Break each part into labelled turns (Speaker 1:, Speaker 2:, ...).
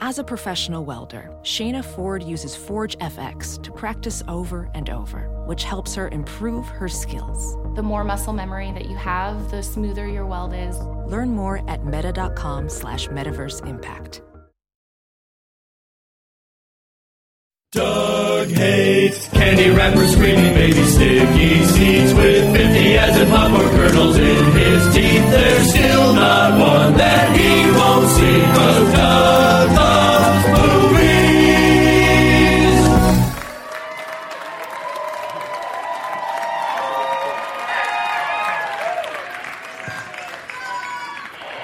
Speaker 1: As a professional welder, Shayna Ford uses Forge FX to practice over and over, which helps her improve her skills.
Speaker 2: The more muscle memory that you have, the smoother your weld is.
Speaker 1: Learn more at meta.com slash metaverse impact.
Speaker 3: Doug hates candy wrappers, screaming baby sticky seeds with 50 as in popcorn kernels in his teeth. There's still not one that he won't see, cause Doug loves movies.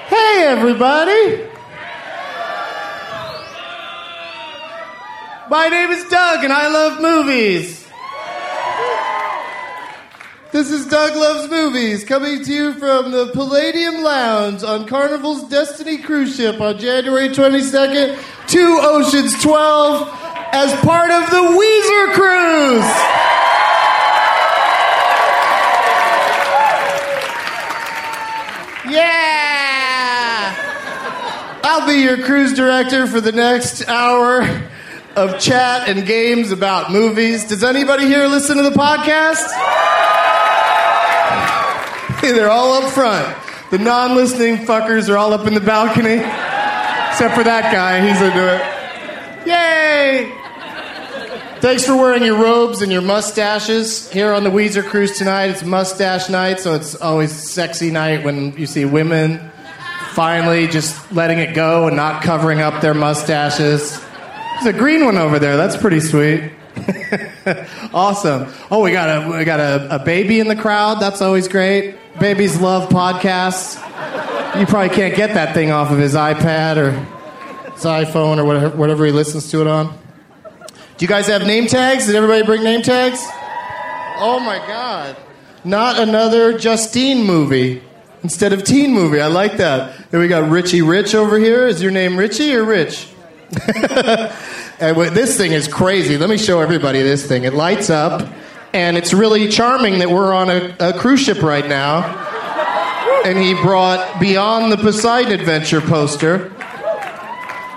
Speaker 4: Hey, everybody.
Speaker 5: My name is Doug, and I love movies. This is Doug Loves Movies, coming to you from the Palladium Lounge on Carnival's Destiny cruise ship on January 22nd to Oceans 12 as part of the Weezer cruise. Yeah! I'll be your cruise director for the next hour of chat and games about movies. Does anybody here listen to the podcast? Hey, they're all up front. The non listening fuckers are all up in the balcony. Except for that guy, he's into it. Yay! Thanks for wearing your robes and your mustaches here on the Weezer cruise tonight. It's mustache night, so it's always sexy night when you see women finally just letting it go and not covering up their mustaches. There's a green one over there. That's pretty sweet. awesome. Oh, we got a we got a, a baby in the crowd. That's always great. Babies love podcasts. You probably can't get that thing off of his iPad or his iPhone or whatever, whatever he listens to it on. Do you guys have name tags? Did everybody bring name tags? Oh my God. Not another Justine movie instead of teen movie. I like that. Then we got Richie Rich over here. Is your name Richie or Rich? and wait, this thing is crazy. Let me show everybody this thing. It lights up, and it's really charming that we're on a, a cruise ship right now. And he brought Beyond the Poseidon Adventure poster.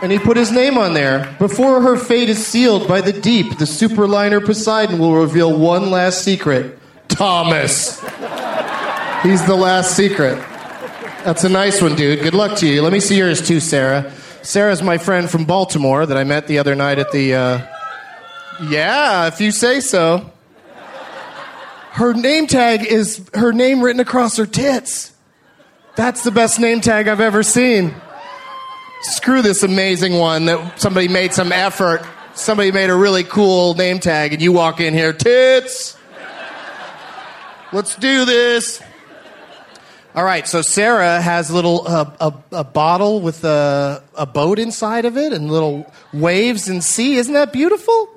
Speaker 5: And he put his name on there. Before her fate is sealed by the deep, the superliner Poseidon will reveal one last secret Thomas. He's the last secret. That's a nice one, dude. Good luck to you. Let me see yours too, Sarah. Sarah's my friend from Baltimore that I met the other night at the. Uh, yeah, if you say so. Her name tag is her name written across her tits. That's the best name tag I've ever seen. Screw this amazing one that somebody made some effort. Somebody made a really cool name tag, and you walk in here, tits. Let's do this. All right, so Sarah has a little uh, a, a bottle with a, a boat inside of it and little waves and sea. Isn't that beautiful?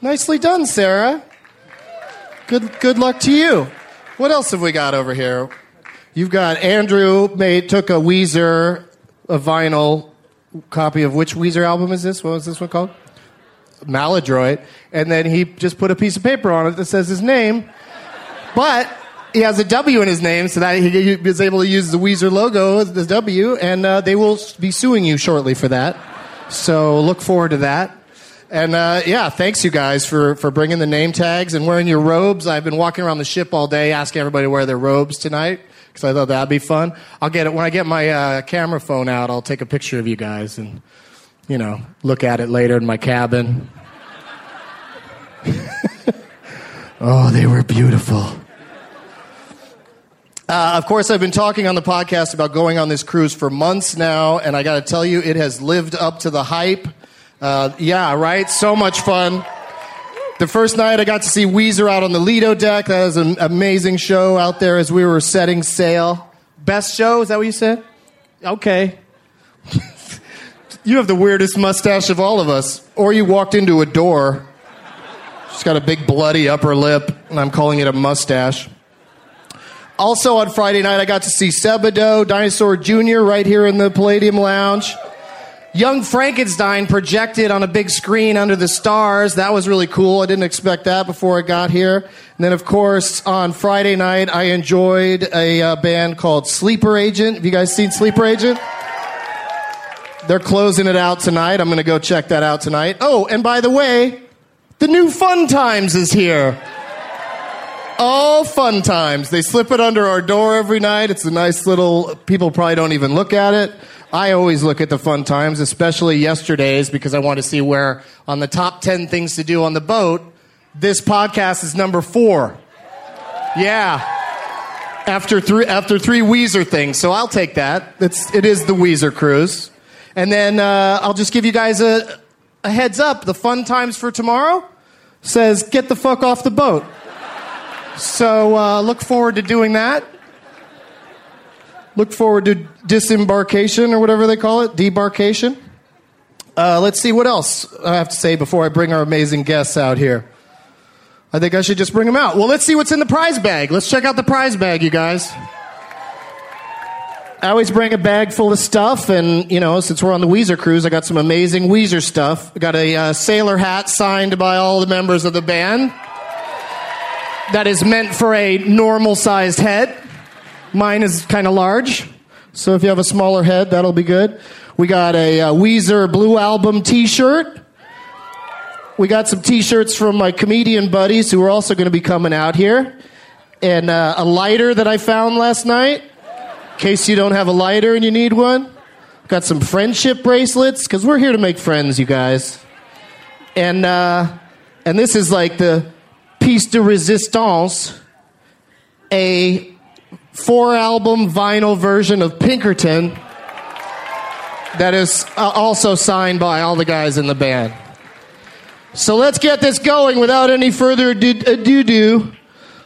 Speaker 5: Nicely done, Sarah. Good good luck to you. What else have we got over here? You've got Andrew made took a Weezer, a vinyl copy of which Weezer album is this? What was this one called? Maladroit, and then he just put a piece of paper on it that says his name, but he has a W in his name, so that he is able to use the Weezer logo as the W, and uh, they will be suing you shortly for that. So look forward to that. And uh, yeah, thanks you guys for, for bringing the name tags and wearing your robes. I've been walking around the ship all day asking everybody to wear their robes tonight because I thought that'd be fun. I'll get it when I get my uh, camera phone out. I'll take a picture of you guys and you know look at it later in my cabin. oh, they were beautiful. Uh, of course, I've been talking on the podcast about going on this cruise for months now, and I got to tell you, it has lived up to the hype. Uh, yeah, right? So much fun. The first night I got to see Weezer out on the Lido deck. That was an amazing show out there as we were setting sail. Best show? Is that what you said? Okay. you have the weirdest mustache of all of us. Or you walked into a door. She's got a big bloody upper lip, and I'm calling it a mustache. Also on Friday night, I got to see Sebado, Dinosaur Jr. right here in the Palladium Lounge. Young Frankenstein projected on a big screen under the stars. That was really cool. I didn't expect that before I got here. And then, of course, on Friday night, I enjoyed a uh, band called Sleeper Agent. Have you guys seen Sleeper Agent? They're closing it out tonight. I'm going to go check that out tonight. Oh, and by the way, the new Fun Times is here. All fun times. They slip it under our door every night. It's a nice little, people probably don't even look at it. I always look at the fun times, especially yesterday's, because I want to see where on the top 10 things to do on the boat, this podcast is number four. Yeah. After three, after three Weezer things. So I'll take that. It's, it is the Weezer cruise. And then uh, I'll just give you guys a, a heads up. The fun times for tomorrow says get the fuck off the boat. So uh, look forward to doing that. Look forward to disembarkation or whatever they call it, debarkation. Uh, let's see what else I have to say before I bring our amazing guests out here. I think I should just bring them out. Well, let's see what's in the prize bag. Let's check out the prize bag, you guys. I always bring a bag full of stuff, and you know, since we're on the Weezer cruise, I got some amazing Weezer stuff. I got a uh, sailor hat signed by all the members of the band that is meant for a normal sized head. Mine is kind of large, so if you have a smaller head, that'll be good. We got a uh, Weezer Blue Album t shirt. We got some t shirts from my comedian buddies who are also going to be coming out here, and uh, a lighter that I found last night in case you don't have a lighter and you need one. Got some friendship bracelets because we're here to make friends, you guys. And uh, and this is like the piece de resistance, a four album vinyl version of Pinkerton that is uh, also signed by all the guys in the band. So let's get this going without any further ado. do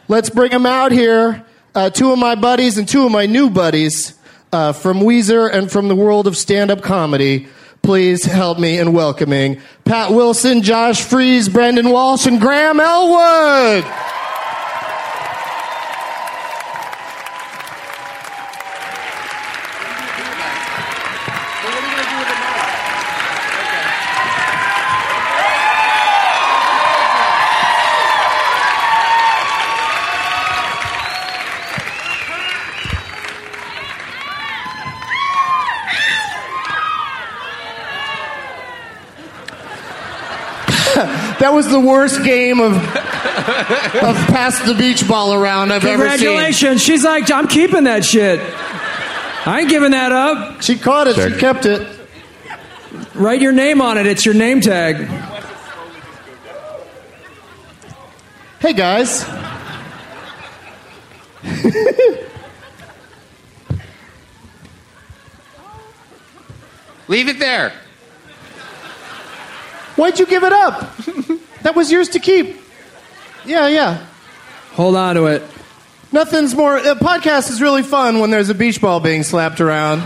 Speaker 5: Let's bring them out here. Uh, two of my buddies and two of my new buddies uh, from Weezer and from the world of stand up comedy. Please help me in welcoming Pat Wilson, Josh Fries, Brendan Walsh, and Graham Elwood. That was the worst game of, of pass the beach ball around I've ever seen.
Speaker 6: Congratulations. She's like, I'm keeping that shit. I ain't giving that up.
Speaker 5: She caught it. She kept it.
Speaker 6: Write your name on it. It's your name tag.
Speaker 5: Hey guys.
Speaker 7: Leave it there.
Speaker 5: Why'd you give it up? that was yours to keep. Yeah, yeah.
Speaker 6: Hold on to it.
Speaker 5: Nothing's more. A podcast is really fun when there's a beach ball being slapped around.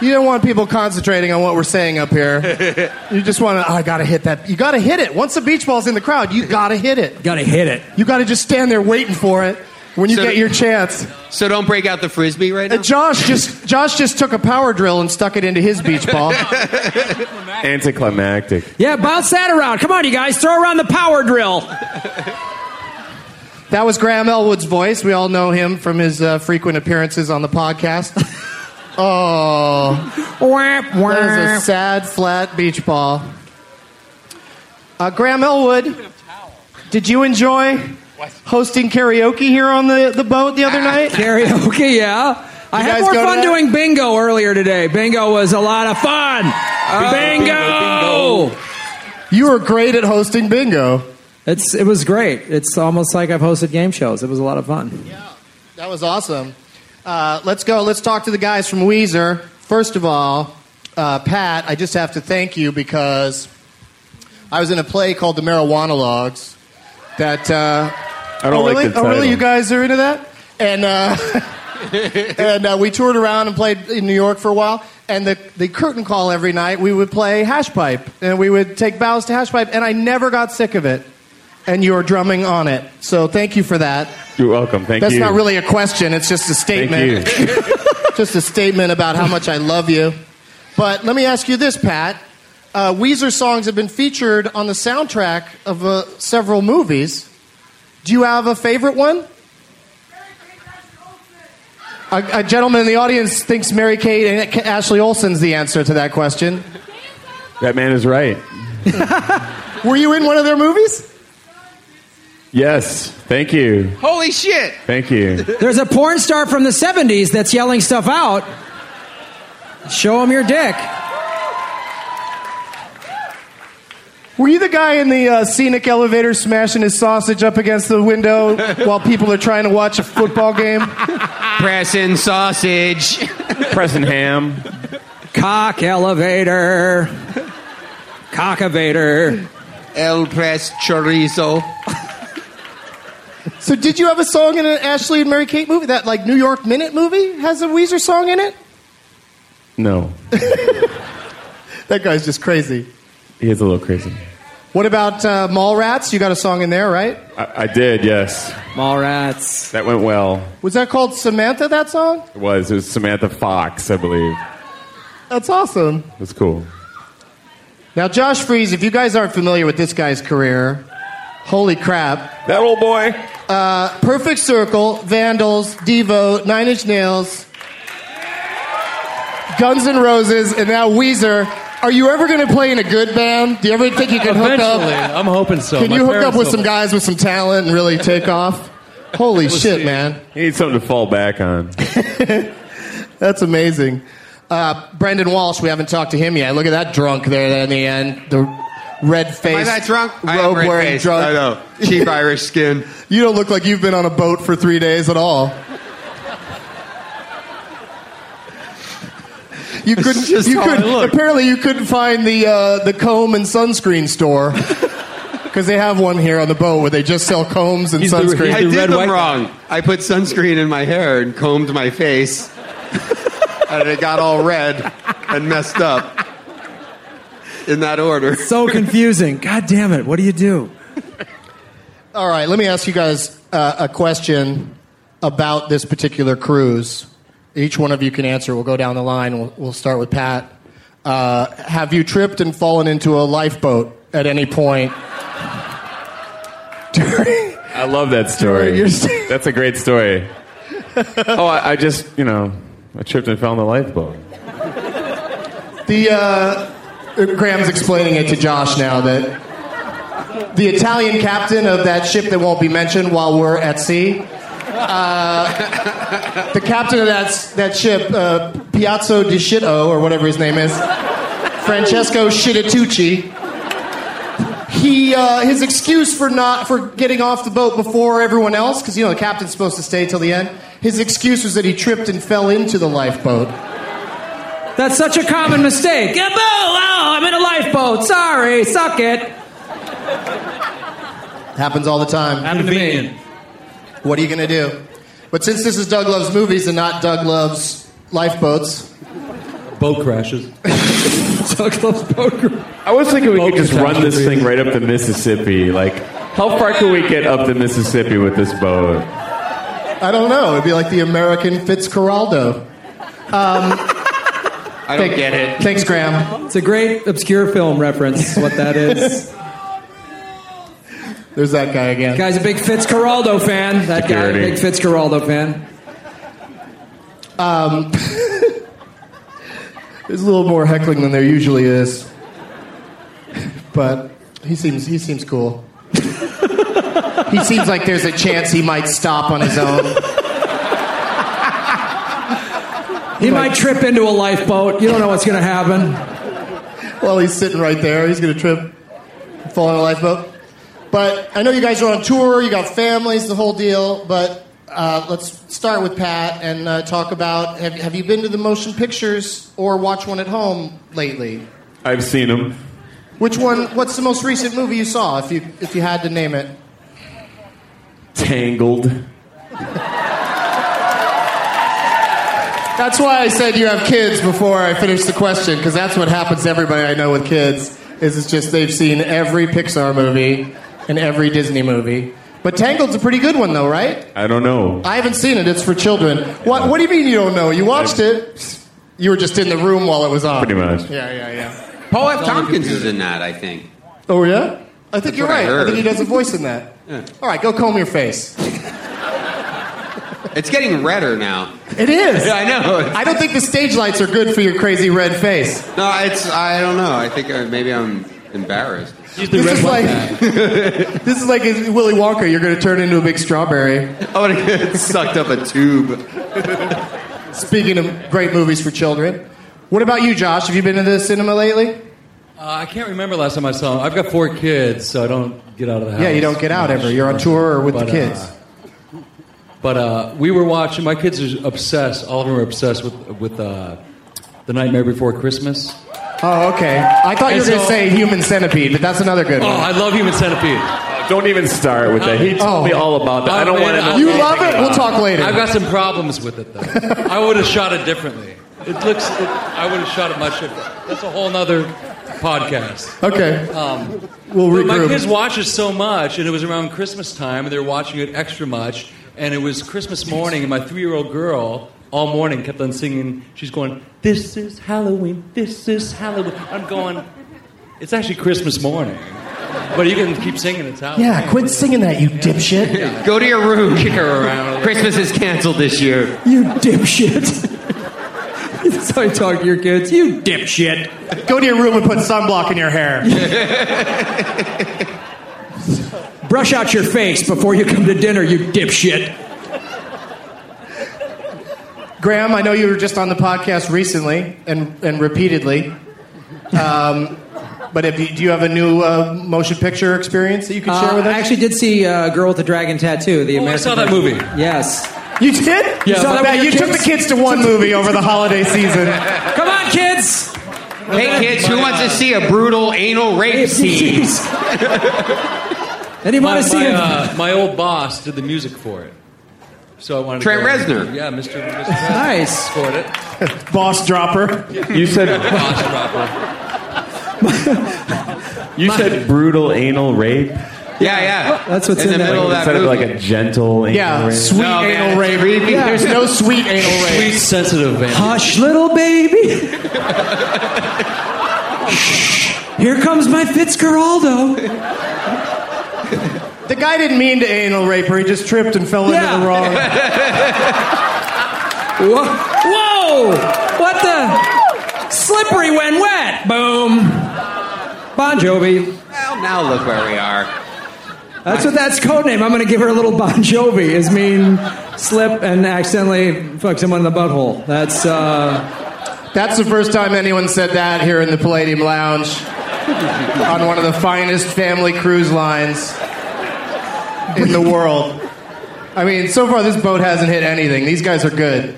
Speaker 5: You don't want people concentrating on what we're saying up here. You just want to. Oh, I gotta hit that. You gotta hit it. Once the beach ball's in the crowd, you gotta hit it.
Speaker 6: Gotta hit it.
Speaker 5: You gotta just stand there waiting for it when you
Speaker 7: So-
Speaker 5: get your chance.
Speaker 7: So don't break out the frisbee right now.
Speaker 5: And Josh just Josh just took a power drill and stuck it into his beach ball.
Speaker 8: Anticlimactic.
Speaker 6: Yeah, bounce that around. Come on, you guys. Throw around the power drill.
Speaker 5: That was Graham Elwood's voice. We all know him from his uh, frequent appearances on the podcast. oh,
Speaker 6: Whap,
Speaker 5: that is a
Speaker 6: whap.
Speaker 5: sad, flat beach ball. Uh, Graham Elwood, did you enjoy hosting karaoke here on the, the boat the other night?
Speaker 6: Karaoke, yeah. I
Speaker 5: You
Speaker 6: had
Speaker 5: guys
Speaker 6: more
Speaker 5: go to
Speaker 6: fun
Speaker 5: that?
Speaker 6: doing bingo earlier today. Bingo was a lot of fun.
Speaker 5: Oh,
Speaker 6: bingo!
Speaker 5: You were great at hosting bingo.
Speaker 6: It's, it was great. It's almost like I've hosted game shows. It was a lot of fun.
Speaker 5: That was awesome. Uh, let's go. Let's talk to the guys from Weezer. First of all, uh, Pat, I just have to thank you because I was in a play called The Marijuana Logs. That uh,
Speaker 8: I don't
Speaker 5: oh,
Speaker 8: like
Speaker 5: really?
Speaker 8: the
Speaker 5: Oh, really?
Speaker 8: title.
Speaker 5: You guys are into that? And uh, and uh, we toured around and played in New York for a while. And the the curtain call every night, we would play hash pipe, and we would take bows to hash pipe, and I never got sick of it. And you were drumming on it, so thank you for that.
Speaker 8: You're welcome. Thank
Speaker 5: That's
Speaker 8: you.
Speaker 5: not really a question. It's just a statement.
Speaker 8: Thank you.
Speaker 5: just a statement about how much I love you. But let me ask you this, Pat. Uh, Weezer songs have been featured on the soundtrack of uh, several movies. Do you have a favorite one? A, a gentleman in the audience thinks Mary Kate and A- Ashley Olsen's the answer to that question.
Speaker 8: that man is right.
Speaker 5: Were you in one of their movies?
Speaker 8: Yes. Thank you.
Speaker 7: Holy shit!
Speaker 8: Thank you.
Speaker 6: There's a porn star from the 70s that's yelling stuff out. Show him your dick.
Speaker 5: Were you the guy in the uh, scenic elevator smashing his sausage up against the window while people are trying to watch a football game?
Speaker 7: Pressing Ah. sausage.
Speaker 8: Preston Ham.
Speaker 6: Cock elevator. Cockavator.
Speaker 7: El press chorizo.
Speaker 5: So did you have a song in an Ashley and Mary Kate movie? That like New York Minute movie has a Weezer song in it?
Speaker 8: No.
Speaker 5: That guy's just crazy.
Speaker 8: He is a little crazy.
Speaker 5: What about uh, Mallrats? You got a song in there, right?
Speaker 8: I, I did, yes.
Speaker 6: Mallrats.
Speaker 8: That went well.
Speaker 5: Was that called Samantha? That song?
Speaker 8: It was. It was Samantha Fox, I believe.
Speaker 5: That's awesome.
Speaker 8: It was cool.
Speaker 5: Now, Josh Fries, if you guys aren't familiar with this guy's career, holy crap!
Speaker 8: That old boy.
Speaker 5: Perfect Circle, Vandals, Devo, Nine Inch Nails, Guns N' Roses, and now Weezer. Are you ever going to play in a good band? Do you ever think you can hook up?
Speaker 9: Eventually, I'm hoping so.
Speaker 5: Can
Speaker 9: My
Speaker 5: you hook up
Speaker 9: parents
Speaker 5: with
Speaker 9: will-
Speaker 5: some guys with some talent and really take off? Holy shit,
Speaker 9: see.
Speaker 5: man.
Speaker 8: He needs something to fall back on.
Speaker 5: That's amazing. Uh, Brendan Walsh, we haven't talked to him yet. Look at that drunk there in the end. The red
Speaker 7: Am I
Speaker 5: face.
Speaker 7: that drunk? I am
Speaker 5: Robe wearing
Speaker 7: red-faced. I
Speaker 5: drunk.
Speaker 7: know. Cheap Irish skin.
Speaker 5: You don't look like you've been on a boat for three days at all. You couldn't.
Speaker 7: just
Speaker 5: you
Speaker 7: how I
Speaker 5: couldn't
Speaker 7: look.
Speaker 5: apparently, you couldn't find the uh, the comb and sunscreen store because they have one here on the boat where they just sell combs and
Speaker 9: He's the-
Speaker 5: sunscreen.
Speaker 9: he's
Speaker 7: I
Speaker 9: the
Speaker 7: did
Speaker 9: red,
Speaker 7: them
Speaker 9: white guy.
Speaker 7: wrong. I put sunscreen in my hair and combed my face, and it got all red and messed up. In that order.
Speaker 6: So confusing. God damn it. What do you do?
Speaker 5: All right, let me ask you guys uh, a question about this particular cruise. Each one of you can answer. We'll go down the line. We'll, we'll start with Pat. Uh, have you tripped and fallen into a lifeboat at any point during?
Speaker 8: I love that story.
Speaker 5: You're serious.
Speaker 8: That's a great story. Oh, I, I just, you know, I tripped and fell in the lifeboat.
Speaker 5: The uh, Graham's explaining it to Josh now that the Italian captain of that ship that won't be mentioned while we're at sea. Uh, uh, the captain of that that ship, uh, Piazzo di Shitto, or whatever his name is, Francesco Shittitucci. He uh, his excuse for not for getting off the boat before everyone else, because you know the captain's supposed to stay till the end. His excuse was that he tripped and fell into the lifeboat.
Speaker 6: That's such a common mistake. Yeah, boo! Oh, I'm in a lifeboat. Sorry, suck it.
Speaker 5: Happens all the time.
Speaker 6: Happened to me.
Speaker 5: What are you going to do? But since this is Doug Love's movies and not Doug Love's lifeboats,
Speaker 9: Boat crashes.
Speaker 6: So close poker.
Speaker 8: I was thinking we could just run this
Speaker 9: catastrophe.
Speaker 8: thing right up the Mississippi. Like, how far can we get up the Mississippi with this boat?
Speaker 5: I don't know. It'd be like the American Fitzcarraldo.
Speaker 7: I don't get it.
Speaker 5: Thanks, Graham.
Speaker 6: It's a great obscure film reference. What that is.
Speaker 5: There's that guy again.
Speaker 6: Guy's a big Fitzcarraldo fan. That guy, a big
Speaker 8: Security.
Speaker 6: Fitzcarraldo fan.
Speaker 5: There's a little more heckling than there usually is, but he seems he seems cool. he seems like there's a chance he might stop on his own.
Speaker 6: He might trip into a lifeboat. You don't know what's going to happen.
Speaker 5: Well, he's sitting right there. He's going to trip, fall on a lifeboat. But I know you guys are on tour, you got families, the whole deal. But uh, let's start with Pat and uh, talk about have, have you been to the motion pictures or watch one at home lately?
Speaker 8: I've seen them.
Speaker 5: Which one? What's the most recent movie you saw? If you if you had to name it,
Speaker 8: Tangled.
Speaker 5: that's why I said you have kids before I finished the question because that's what happens to everybody I know with kids is it's just they've seen every Pixar movie and every Disney movie. But Tangled's a pretty good one though, right?
Speaker 8: I don't know.
Speaker 5: I haven't seen it. It's for children. What? What do you mean you don't know? You watched it. You were just in the room while it was on.
Speaker 8: Pretty much.
Speaker 5: Yeah, yeah, yeah.
Speaker 7: Paul F. Tompkins is in that, I think.
Speaker 5: Oh yeah. I think you're
Speaker 7: what I
Speaker 5: right. I,
Speaker 7: heard.
Speaker 5: think he does a voice in that. All right, go comb your face.
Speaker 7: It's getting redder now.
Speaker 5: It is.
Speaker 7: Yeah, I know.
Speaker 5: I don't think the stage lights are good for your crazy red face.
Speaker 7: No, it's. I don't know. I think uh, maybe I'm embarrassed.
Speaker 5: This is, like, this is like in Willy Wonka. You're going to turn into a big strawberry.
Speaker 7: I would get sucked up a tube.
Speaker 5: Speaking of great movies for children, what about you, Josh? Have you been to the cinema lately?
Speaker 9: Uh, I can't remember last time I saw him. I've got four kids, so I don't get out of the house.
Speaker 5: Yeah, you don't get out
Speaker 9: much.
Speaker 5: ever. You're on tour or with the
Speaker 9: But, uh,
Speaker 5: kids.
Speaker 9: But uh, we were watching. My kids are obsessed. All of them are obsessed with with uh, the Nightmare Before Christmas.
Speaker 5: oh, okay. I thought you were
Speaker 9: And
Speaker 5: going to
Speaker 9: so-
Speaker 5: say Human Centipede, but that's another good
Speaker 9: Oh,
Speaker 5: one.
Speaker 9: I love Human Centipede.
Speaker 8: Don't even start with that. He told
Speaker 5: Oh.
Speaker 8: me all about that. I don't
Speaker 9: Oh,
Speaker 8: want to
Speaker 9: man,
Speaker 8: know.
Speaker 9: I-
Speaker 5: You love it? We'll talk later.
Speaker 9: I've got some problems with it though. I would have shot it differently. It looks. It, I would have shot it much differently. That's a whole nother podcast.
Speaker 5: okay.
Speaker 9: Um,
Speaker 5: We'll
Speaker 9: but my
Speaker 5: regroup.
Speaker 9: kids watch it so much, and it was around Christmas time, and they were watching it extra much. And it was Christmas morning, and my three-year-old girl all morning kept on singing. She's going, "This is Halloween. This is Halloween." I'm going, "It's actually Christmas morning." But you can keep singing. It's Halloween.
Speaker 5: yeah, quit singing that, you dipshit.
Speaker 7: Go to your room.
Speaker 9: Kick her around.
Speaker 7: Christmas is canceled this year.
Speaker 6: You dipshit. That's how you talk to your kids. You dipshit.
Speaker 5: Go to your room and put sunblock in your hair.
Speaker 6: Brush out your face before you come to dinner, you dipshit.
Speaker 5: Graham, I know you were just on the podcast recently and, and repeatedly. Um, but if you, do you have a new uh, motion picture experience that you can share
Speaker 6: Uh,
Speaker 5: with us?
Speaker 6: I actually did see uh, Girl with the Dragon Tattoo, the
Speaker 9: Oh, I
Speaker 6: American
Speaker 9: saw that
Speaker 6: version.
Speaker 9: movie.
Speaker 6: Yes.
Speaker 5: you did?
Speaker 6: You saw that
Speaker 5: Matt,
Speaker 6: with
Speaker 5: you
Speaker 6: your
Speaker 5: took the
Speaker 6: kids?
Speaker 5: kids to one movie over the holiday season.
Speaker 6: Come on, kids.
Speaker 7: Hey kids, who wants to see a brutal anal rape scene?
Speaker 6: Anyone
Speaker 9: My,
Speaker 6: want to see
Speaker 9: my,
Speaker 6: him?
Speaker 9: uh, my old boss did the music for it. So I wanted
Speaker 7: Trent
Speaker 9: to go-
Speaker 7: Reznor.
Speaker 9: Yeah, Mr. Mr.
Speaker 6: Nice.
Speaker 9: Reznor scored it.
Speaker 5: Boss dropper.
Speaker 8: You said
Speaker 9: Boss dropper.
Speaker 8: you said brutal anal rape.
Speaker 7: Yeah, yeah.
Speaker 6: That's what's in
Speaker 7: the
Speaker 6: that
Speaker 7: middle of
Speaker 8: Instead
Speaker 7: that
Speaker 8: of
Speaker 7: movie.
Speaker 8: like a gentle anal
Speaker 5: Yeah,
Speaker 8: rape.
Speaker 5: sweet
Speaker 7: No, man,
Speaker 5: anal
Speaker 7: it's
Speaker 5: rape.
Speaker 7: creepy.
Speaker 5: There's no sweet anal rape.
Speaker 9: Sweet, sensitive man.
Speaker 6: Hush, little baby. Here comes my Fitzcarraldo.
Speaker 5: The guy didn't mean to anal rape her. He just tripped and fell
Speaker 6: Yeah.
Speaker 5: into the wrong.
Speaker 6: Whoa. Whoa! What the? Slippery when wet. Boom. Bon Jovi.
Speaker 7: Well, now look where we are.
Speaker 6: That's what that's code name. I'm going to give her a little Bon Jovi. Is mean slip and accidentally fuck someone in the butthole. That's uh,
Speaker 5: That's the first time anyone said that here in the Palladium Lounge on one of the finest family cruise lines in the world. I mean, so far this boat hasn't hit anything. These guys are good.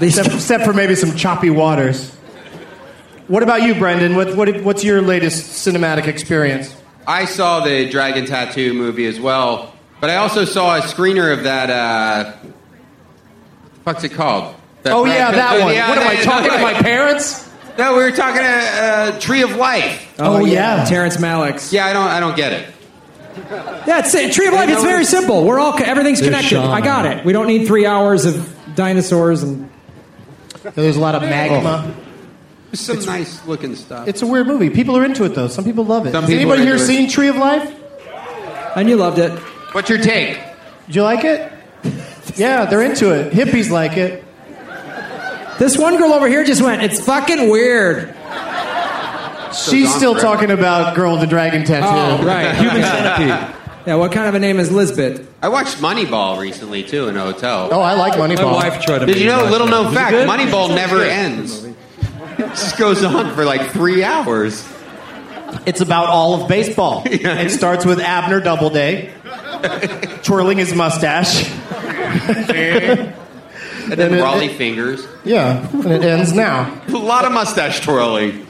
Speaker 5: except, except for maybe some choppy waters. What about you, Brendan? What, what, what's your latest cinematic experience?
Speaker 7: I saw the Dragon Tattoo movie as well, but I also saw a screener of that. Uh, what the fuck's it called? That
Speaker 5: Oh,
Speaker 7: Brad
Speaker 5: yeah,
Speaker 7: Pitt-
Speaker 5: that one. What am I
Speaker 7: that-
Speaker 5: talking to my
Speaker 7: parents? No, we were talking uh, uh, Tree of Life.
Speaker 6: Oh, yeah. Terrence Malick's.
Speaker 7: Yeah, I don't, I don't get it.
Speaker 6: That's it. Tree of Life. It's very simple. We're all everything's connected. I got it. We don't need three hours of dinosaurs and.
Speaker 5: There's a lot of magma.
Speaker 7: There's some nice looking stuff.
Speaker 5: It's a weird movie. People are into it, though. Some people love it.
Speaker 7: Some
Speaker 5: Has
Speaker 7: people
Speaker 5: anybody
Speaker 7: are
Speaker 5: here
Speaker 7: into it.
Speaker 5: seen Tree of Life?
Speaker 6: And you loved it.
Speaker 7: What's your take?
Speaker 5: Did you like it? yeah, they're into it. Hippies like it.
Speaker 6: This one girl over here just went. It's fucking weird.
Speaker 5: She's still talking about Girl with the Dragon Tattoo.
Speaker 6: Oh, right. Human centipede. Yeah. What kind of a name is Lisbeth?
Speaker 7: I watched Moneyball recently too in a hotel.
Speaker 5: Oh, I like Moneyball.
Speaker 7: My wife
Speaker 5: Oh,
Speaker 7: tried to Did you know? Little known fact: Moneyball never
Speaker 5: ends.
Speaker 7: ends. It just goes on for like three hours.
Speaker 5: It's about all of baseball. It starts with Abner Doubleday twirling his mustache.
Speaker 7: And
Speaker 5: And
Speaker 7: then
Speaker 5: it-
Speaker 7: Raleigh fingers.
Speaker 5: Yeah, and it ends now.
Speaker 7: A lot of mustache twirling.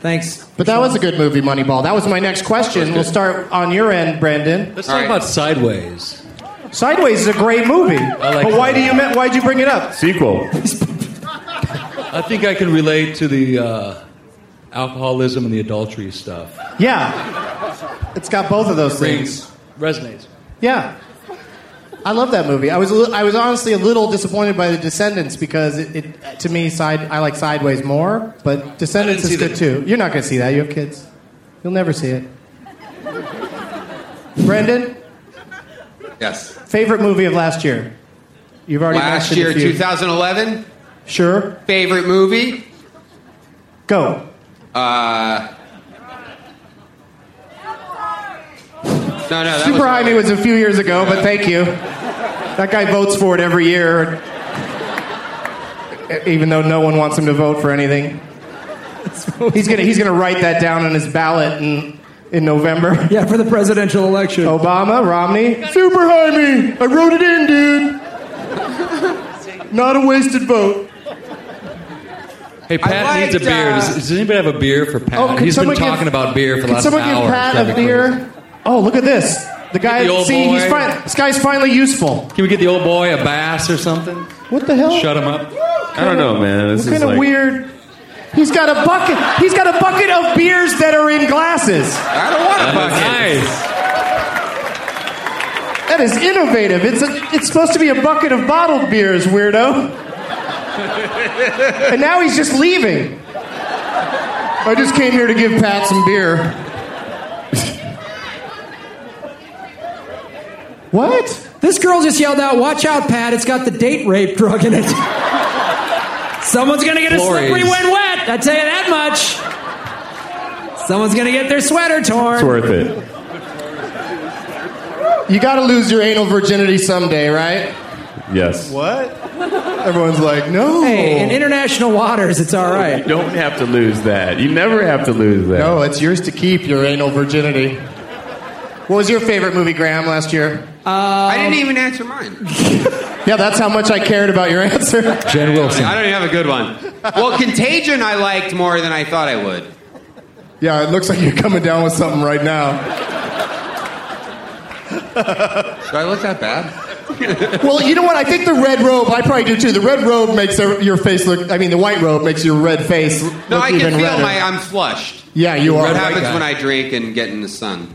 Speaker 6: Thanks.
Speaker 5: But that was a good movie, Moneyball. That was my next question. We'll start on your end, Brandon.
Speaker 9: Let's talk about Sideways.
Speaker 5: Sideways is a great movie.
Speaker 9: like
Speaker 5: but why do you
Speaker 9: Sideways.
Speaker 5: ma- why'd you bring it up?
Speaker 8: Sequel.
Speaker 9: I think I can relate to the uh, alcoholism and the adultery stuff.
Speaker 5: Yeah. It's got both of those things.
Speaker 9: Rings resonates.
Speaker 5: Yeah. I love that movie. I was a li- I was honestly a little disappointed by The Descendants because it, it to me side I like Sideways more, but Descendants
Speaker 9: I
Speaker 5: is good
Speaker 9: didn't see
Speaker 5: too. You're not going to see that. You have kids. You'll never see it. Brendan,
Speaker 7: Yes.
Speaker 5: favorite movie of last year? You've already
Speaker 7: Last
Speaker 5: mentioned
Speaker 7: year,
Speaker 5: a few.
Speaker 7: 2011,
Speaker 5: Sure.
Speaker 7: favorite movie.
Speaker 5: Go.
Speaker 7: Uh, no, no, that
Speaker 5: Super
Speaker 7: was-
Speaker 5: High Me was a few years ago, but thank you. That guy votes for it every year, even though no one wants him to vote for anything. He's gonna he's gonna write that down on his ballot in in November.
Speaker 6: Yeah, for the presidential election.
Speaker 5: Obama, Romney, Super High Me. I wrote it in, dude. Not a wasted vote.
Speaker 9: Hey, Pat
Speaker 7: I
Speaker 9: needs a
Speaker 7: liked,
Speaker 9: beer.
Speaker 7: uh,
Speaker 9: Does, does anybody have a beer for Pat?
Speaker 5: Oh, can
Speaker 9: He's been
Speaker 5: someone give-
Speaker 9: talking about beer for the
Speaker 5: Can
Speaker 9: last
Speaker 5: someone
Speaker 9: hour.
Speaker 5: give Pat
Speaker 9: That'd
Speaker 5: a
Speaker 9: be
Speaker 5: beer?
Speaker 9: great.
Speaker 5: Oh, look at this. The guy.
Speaker 9: The old
Speaker 5: see, he's
Speaker 9: boy.
Speaker 5: fin- this guy's finally useful.
Speaker 9: Can we get the old boy a bass or something?
Speaker 5: What the hell?
Speaker 9: Shut him up.
Speaker 8: I don't know, man. This
Speaker 5: What
Speaker 8: is
Speaker 5: kind of
Speaker 8: like,
Speaker 5: weird? He's got a bucket. He's got a bucket of beers that are in glasses.
Speaker 7: I don't want to fuck
Speaker 9: Nice.
Speaker 7: it.
Speaker 5: That is innovative. It's a, it's supposed to be a bucket of bottled beers, weirdo. and now he's just leaving. I just came here to give Pat some beer. what?
Speaker 6: This girl just yelled out, "Watch out, Pat! It's got the date rape drug in it. Someone's gonna get a slippery
Speaker 9: Glories.
Speaker 6: when wet. I tell you that much. Someone's gonna get their sweater torn.
Speaker 8: It's worth it.
Speaker 5: You got to lose your anal virginity someday, right?
Speaker 8: Yes.
Speaker 5: What? Everyone's like, no.
Speaker 6: Hey, in international waters, it's all
Speaker 8: You
Speaker 6: right.
Speaker 8: don't have to lose that. You never have to lose that.
Speaker 5: No, it's yours to keep your anal virginity. What was your favorite movie, Graham, last year?
Speaker 7: I didn't even answer mine.
Speaker 5: Yeah, that's how much I cared about your answer.
Speaker 9: Jen Wilson.
Speaker 7: I don't even have a good one. Well, Contagion I liked more than I thought I would.
Speaker 5: Yeah, it looks like you're coming down with something right now.
Speaker 7: Do I look that bad?
Speaker 5: Well, you know what? I think the red robe, I probably do too. The red robe makes every- your face look, I mean, the white robe makes your red face look
Speaker 7: No, I
Speaker 5: even
Speaker 7: can feel
Speaker 5: redder.
Speaker 7: my. I'm flushed.
Speaker 5: yeah, you
Speaker 7: What
Speaker 5: are.
Speaker 7: happens when I drink and get in the sun?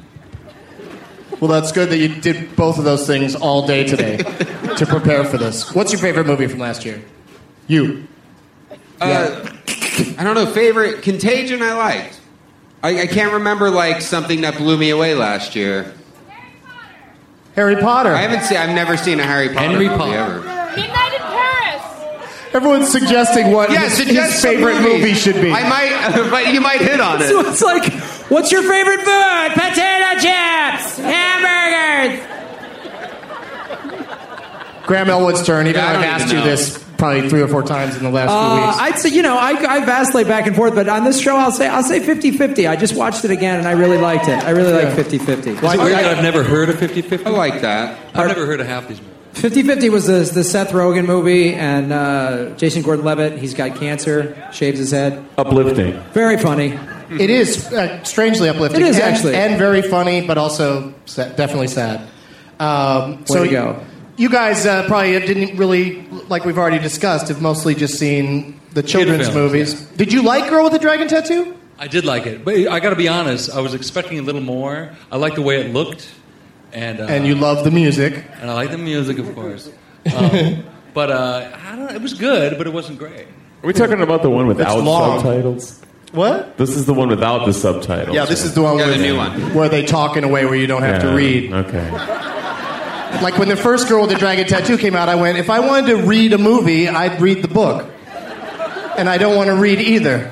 Speaker 5: Well, that's good that you did both of those things all day today to prepare for this. What's your favorite movie from last year? You.
Speaker 7: Uh, I don't know. Favorite Contagion I liked. I, I can't remember like something that blew me away last year.
Speaker 5: Harry Potter.
Speaker 7: I haven't seen. I've never seen a Harry Potter
Speaker 9: Henry
Speaker 7: movie
Speaker 9: Potter.
Speaker 7: ever.
Speaker 2: Midnight in Paris.
Speaker 5: Everyone's suggesting what
Speaker 7: Yeah,
Speaker 5: his,
Speaker 7: suggest
Speaker 5: his
Speaker 7: some
Speaker 5: favorite
Speaker 7: movies.
Speaker 5: movie should be.
Speaker 7: I might, but you might hit on
Speaker 6: So
Speaker 7: it.
Speaker 6: it's like, what's your favorite food? Potato chips, hamburgers.
Speaker 5: Graham Elwood's turn. He
Speaker 7: Yeah, I
Speaker 5: doesn't
Speaker 7: don't
Speaker 5: have asked
Speaker 7: even
Speaker 5: you
Speaker 7: know.
Speaker 5: this probably three or four times in the last few
Speaker 6: Uh,
Speaker 5: weeks.
Speaker 6: I'd say, you know, I, I vacillate back and forth, but on this show, I'll say I'll say 50 50. I just watched it again and I really liked it. I really like 50 50.
Speaker 9: Is it weird that I've never heard of 50 50? I
Speaker 7: like that.
Speaker 9: I've never heard of half these movies.
Speaker 6: 50 50 was the, the Seth Rogen movie, and uh, Jason Gordon Levitt, he's got cancer, shaves his head.
Speaker 8: Uplifting.
Speaker 6: Very funny.
Speaker 5: It is uh, strangely uplifting.
Speaker 6: It is,
Speaker 5: and,
Speaker 6: actually.
Speaker 5: and very funny, but also sa- definitely sad. Um,
Speaker 6: Way to go.
Speaker 5: You guys uh, probably didn't really, like we've already discussed, have mostly just seen the children's
Speaker 9: films,
Speaker 5: movies. Did you like Girl with the Dragon Tattoo?
Speaker 9: I did like it, but I got to be honest. I was expecting a little more. I liked the way it looked, and uh,
Speaker 5: and you love the music.
Speaker 9: and I like the music, of course. Um, but uh, I don't. It was good, but it wasn't great.
Speaker 8: Are we talking about the one without
Speaker 5: long.
Speaker 8: subtitles?
Speaker 5: What?
Speaker 8: This is the one without the subtitles.
Speaker 5: Yeah, this is the one,
Speaker 7: Yeah, the
Speaker 5: with-
Speaker 7: new one.
Speaker 5: where they talk in a way where you don't have to
Speaker 8: Yeah,
Speaker 5: read.
Speaker 8: Okay.
Speaker 5: Like when the first Girl with the Dragon Tattoo came out, I went, if I wanted to read a movie, I'd read the book. And I don't want to read either.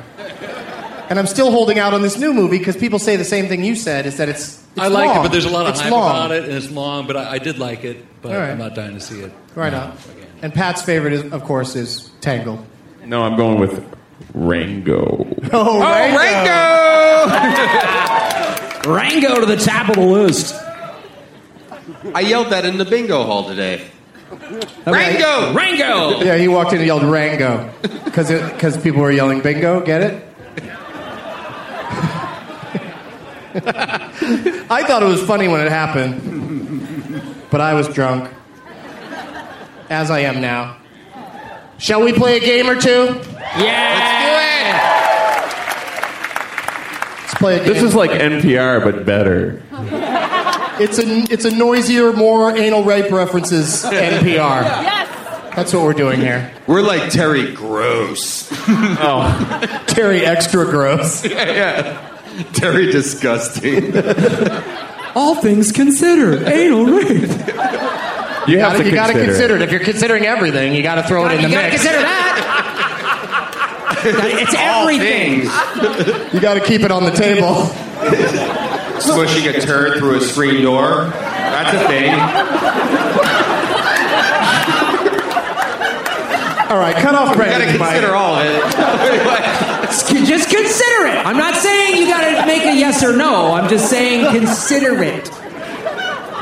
Speaker 5: And I'm still holding out on this new movie because people say the same thing you said is that it's. it's
Speaker 9: I liked it,
Speaker 5: long.
Speaker 9: but there's a lot of
Speaker 5: it's
Speaker 9: hype
Speaker 5: long.
Speaker 9: about it, and it's long. But I, I did like it, but
Speaker 5: All right.
Speaker 9: I'm not dying to see it.
Speaker 5: Right
Speaker 9: now,
Speaker 5: on.
Speaker 9: again.
Speaker 5: And Pat's favorite, is, of course, is Tangled.
Speaker 8: No, I'm going with Rango.
Speaker 5: Oh, Rango.
Speaker 6: Rango to the top of the list.
Speaker 7: I yelled that in the bingo hall today. Rango! Rango!
Speaker 5: Yeah, he walked in and yelled Rango because people were yelling bingo. Get it? I thought it was funny when it happened, but I was drunk, as I am now. Shall we play a game or two?
Speaker 6: Yeah!
Speaker 5: Let's play a game.
Speaker 8: This is like NPR, but better.
Speaker 5: it's a it's a noisier, more anal rape references NPR. Yes, that's what we're doing here.
Speaker 7: We're like Terry Gross.
Speaker 5: Terry extra gross.
Speaker 7: Terry Disgusting.
Speaker 6: All things considered, anal rape.
Speaker 8: You have
Speaker 5: Gotta-
Speaker 8: to
Speaker 5: you got to
Speaker 8: consider.
Speaker 5: consider it. If you're considering everything, you got to throw it in the
Speaker 6: you gotta
Speaker 5: mix.
Speaker 6: consider that. it's everything.
Speaker 5: You got to keep it on the table.
Speaker 7: Pushing a turd through a screen door. That's a thing.
Speaker 5: All right, cut off
Speaker 7: You gotta
Speaker 5: Brandon's
Speaker 7: consider
Speaker 5: mic.
Speaker 7: all of it.
Speaker 6: Just consider it. I'm not saying you gotta make a yes or no. I'm just saying consider it.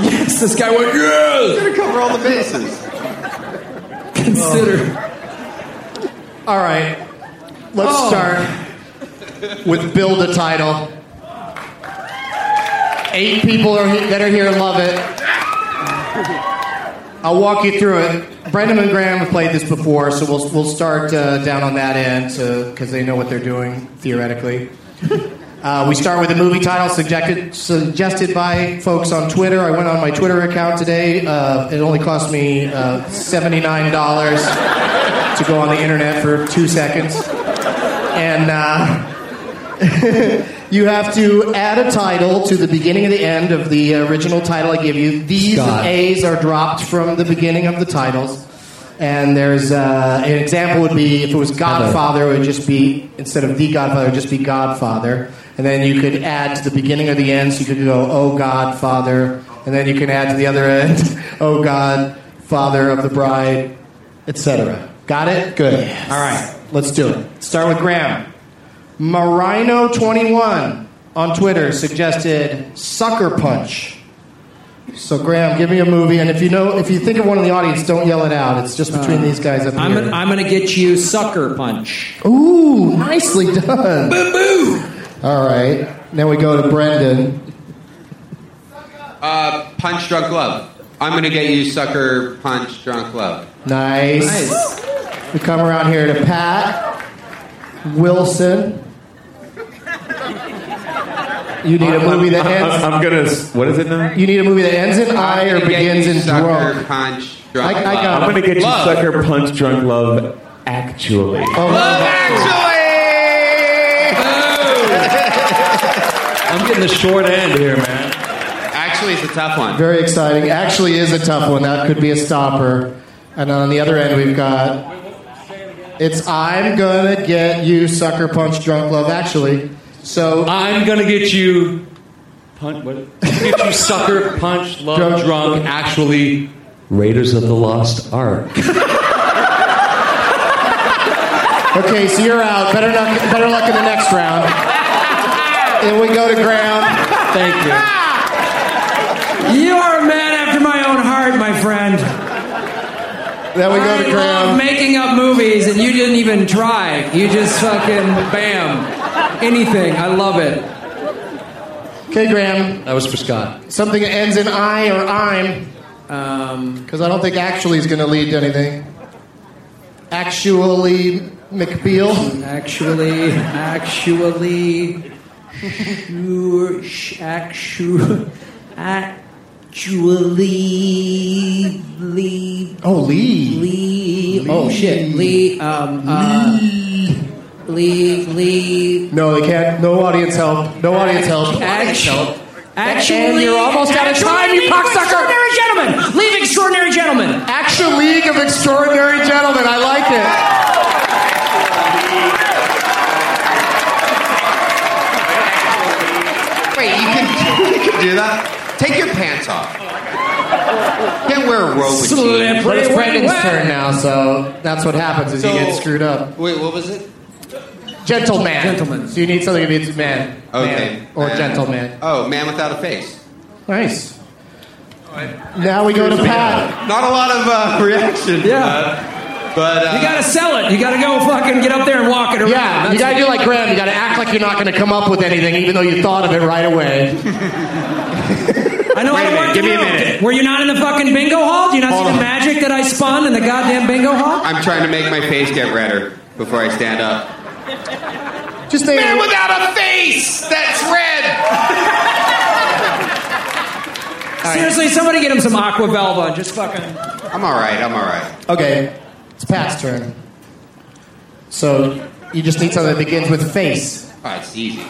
Speaker 6: Yes, this guy went, yes!
Speaker 7: gotta cover all the bases.
Speaker 6: Consider.
Speaker 5: All right, let's
Speaker 6: Oh.
Speaker 5: start with build a title. Eight people are he- that are here love it. I'll walk you through it. Brendan and Graham have played this before, so we'll we'll start uh, down on that end because they know what they're doing theoretically. Uh, we start with a movie title suggested, suggested by folks on Twitter. I went on my Twitter account today. Uh, it only cost me uh, $79 to go on the internet for two seconds. And uh, you have to add a title to the beginning and the end of the original title I give you. These
Speaker 6: Scott.
Speaker 5: A's are dropped from the beginning of the titles. And there's uh, an example would be if it was Godfather, it would just be instead of the Godfather, it would just be Godfather. And then you could add to the beginning or the end, so you could go, Oh Godfather, and then you can add to the other end, Oh God, Father of the Bride, etc. Got it? Good. All right, let's do it. Start with Graham. Marino21 on Twitter suggested Sucker Punch. So Graham, give me a movie, and if you know, if you think of one in the audience, don't yell it out. It's
Speaker 7: Uh,
Speaker 5: just between these guys up
Speaker 6: I'm,
Speaker 5: here.
Speaker 6: gonna- I'm gonna get you sucker punch.
Speaker 5: Ooh, nicely done. Boo boo. All right, now we go to Brendan.
Speaker 7: Uh, punch drunk love. I'm gonna get you sucker punch drunk love.
Speaker 5: Nice.
Speaker 6: Nice.
Speaker 5: We come around here to Pat Wilson. You need a movie that ends.
Speaker 8: I'm, I'm gonna. What is it now?
Speaker 5: You need a movie that ends in I
Speaker 7: I'm
Speaker 5: or
Speaker 7: gonna get
Speaker 5: begins
Speaker 7: you
Speaker 5: in
Speaker 7: sucker
Speaker 5: drunk.
Speaker 7: punch drunk
Speaker 5: I- I
Speaker 7: love.
Speaker 5: got
Speaker 8: I'm gonna get you
Speaker 7: Love.
Speaker 8: sucker punch drunk love. Actually,
Speaker 5: Oh,
Speaker 7: Love actually.
Speaker 9: I'm getting the short end here, man.
Speaker 7: actually, it's a tough one.
Speaker 5: Very exciting. Actually, is a tough one. That could be a stopper. And on the other end, we've got. It's I'm gonna get you, sucker punch, drunk love. Actually, so
Speaker 9: I'm gonna get you. Punch. What? I'm gonna get you, sucker. Punch. Love.
Speaker 5: Drunk.
Speaker 9: Drunk. Actually, Raiders of the Lost Ark.
Speaker 5: Okay, so you're out. Better luck, better luck in the next round. And we go to ground.
Speaker 6: Thank you. You are a man after my own heart, my friend.
Speaker 5: Then we go
Speaker 6: I
Speaker 5: to
Speaker 6: love
Speaker 5: Graham.
Speaker 6: making up movies, and you didn't even try. You just fucking bam, anything. I love it.
Speaker 5: Okay, Graham.
Speaker 9: That was for Scott.
Speaker 5: Something that ends in I or I'm.
Speaker 6: Um,
Speaker 5: Because I don't think actually is going to lead to anything. Actually, McBeal.
Speaker 6: Actually, actually, sure, sh- actu- actually, Lee,
Speaker 5: Oh, Lee.
Speaker 6: Lee, oh shit, Lee, um, uh, Lee, Lee,
Speaker 5: No, they can't. No audience help. No audience help. Audience help.
Speaker 6: actually, actually,
Speaker 5: And you're almost out of time, you cocksucker.
Speaker 6: Extraordinary gentlemen, leave extraordinary gentlemen.
Speaker 5: Action League of Extraordinary Gentlemen. I like it.
Speaker 7: Wait, you can, you can do that? Take your pants off. Can't wear a robe. and jeans.
Speaker 5: But it's
Speaker 6: Wait,
Speaker 5: Brendan's
Speaker 6: wait.
Speaker 5: turn now, so that's what happens is
Speaker 7: So-
Speaker 5: you get screwed up.
Speaker 7: Wait, what was it?
Speaker 5: Gentleman.
Speaker 6: Gentleman.
Speaker 5: So you need something that means man.
Speaker 7: Okay.
Speaker 5: Man. Or
Speaker 7: Man.
Speaker 5: gentleman.
Speaker 7: Oh, man without a face.
Speaker 5: Nice. Now we go to Pat.
Speaker 7: Not a lot of uh, reaction.
Speaker 6: Yeah.
Speaker 7: uh, but uh,
Speaker 6: You gotta sell it. You gotta go fucking get up there and walk it around.
Speaker 5: Yeah, you
Speaker 6: That's-
Speaker 5: gotta do like Graham. You gotta act like you're not gonna come up with anything, even though you thought of it right away.
Speaker 6: I know
Speaker 5: Wait
Speaker 6: how
Speaker 5: a minute,
Speaker 6: to work
Speaker 5: give
Speaker 6: the
Speaker 5: me a
Speaker 6: room.
Speaker 5: minute.
Speaker 6: Were you not in the fucking bingo hall? Do you not
Speaker 5: Hold
Speaker 6: see
Speaker 5: on.
Speaker 6: the magic that I spun in the goddamn bingo hall?
Speaker 7: I'm trying to make my face get redder before I stand up.
Speaker 5: Just name
Speaker 7: Man without a face. That's red.
Speaker 6: Seriously, somebody get him some aqua velva and just fucking.
Speaker 7: I'm all right. I'm all right.
Speaker 5: Okay, it's Pat's turn. So you just need something that begins with face.
Speaker 7: Oh, it's easy.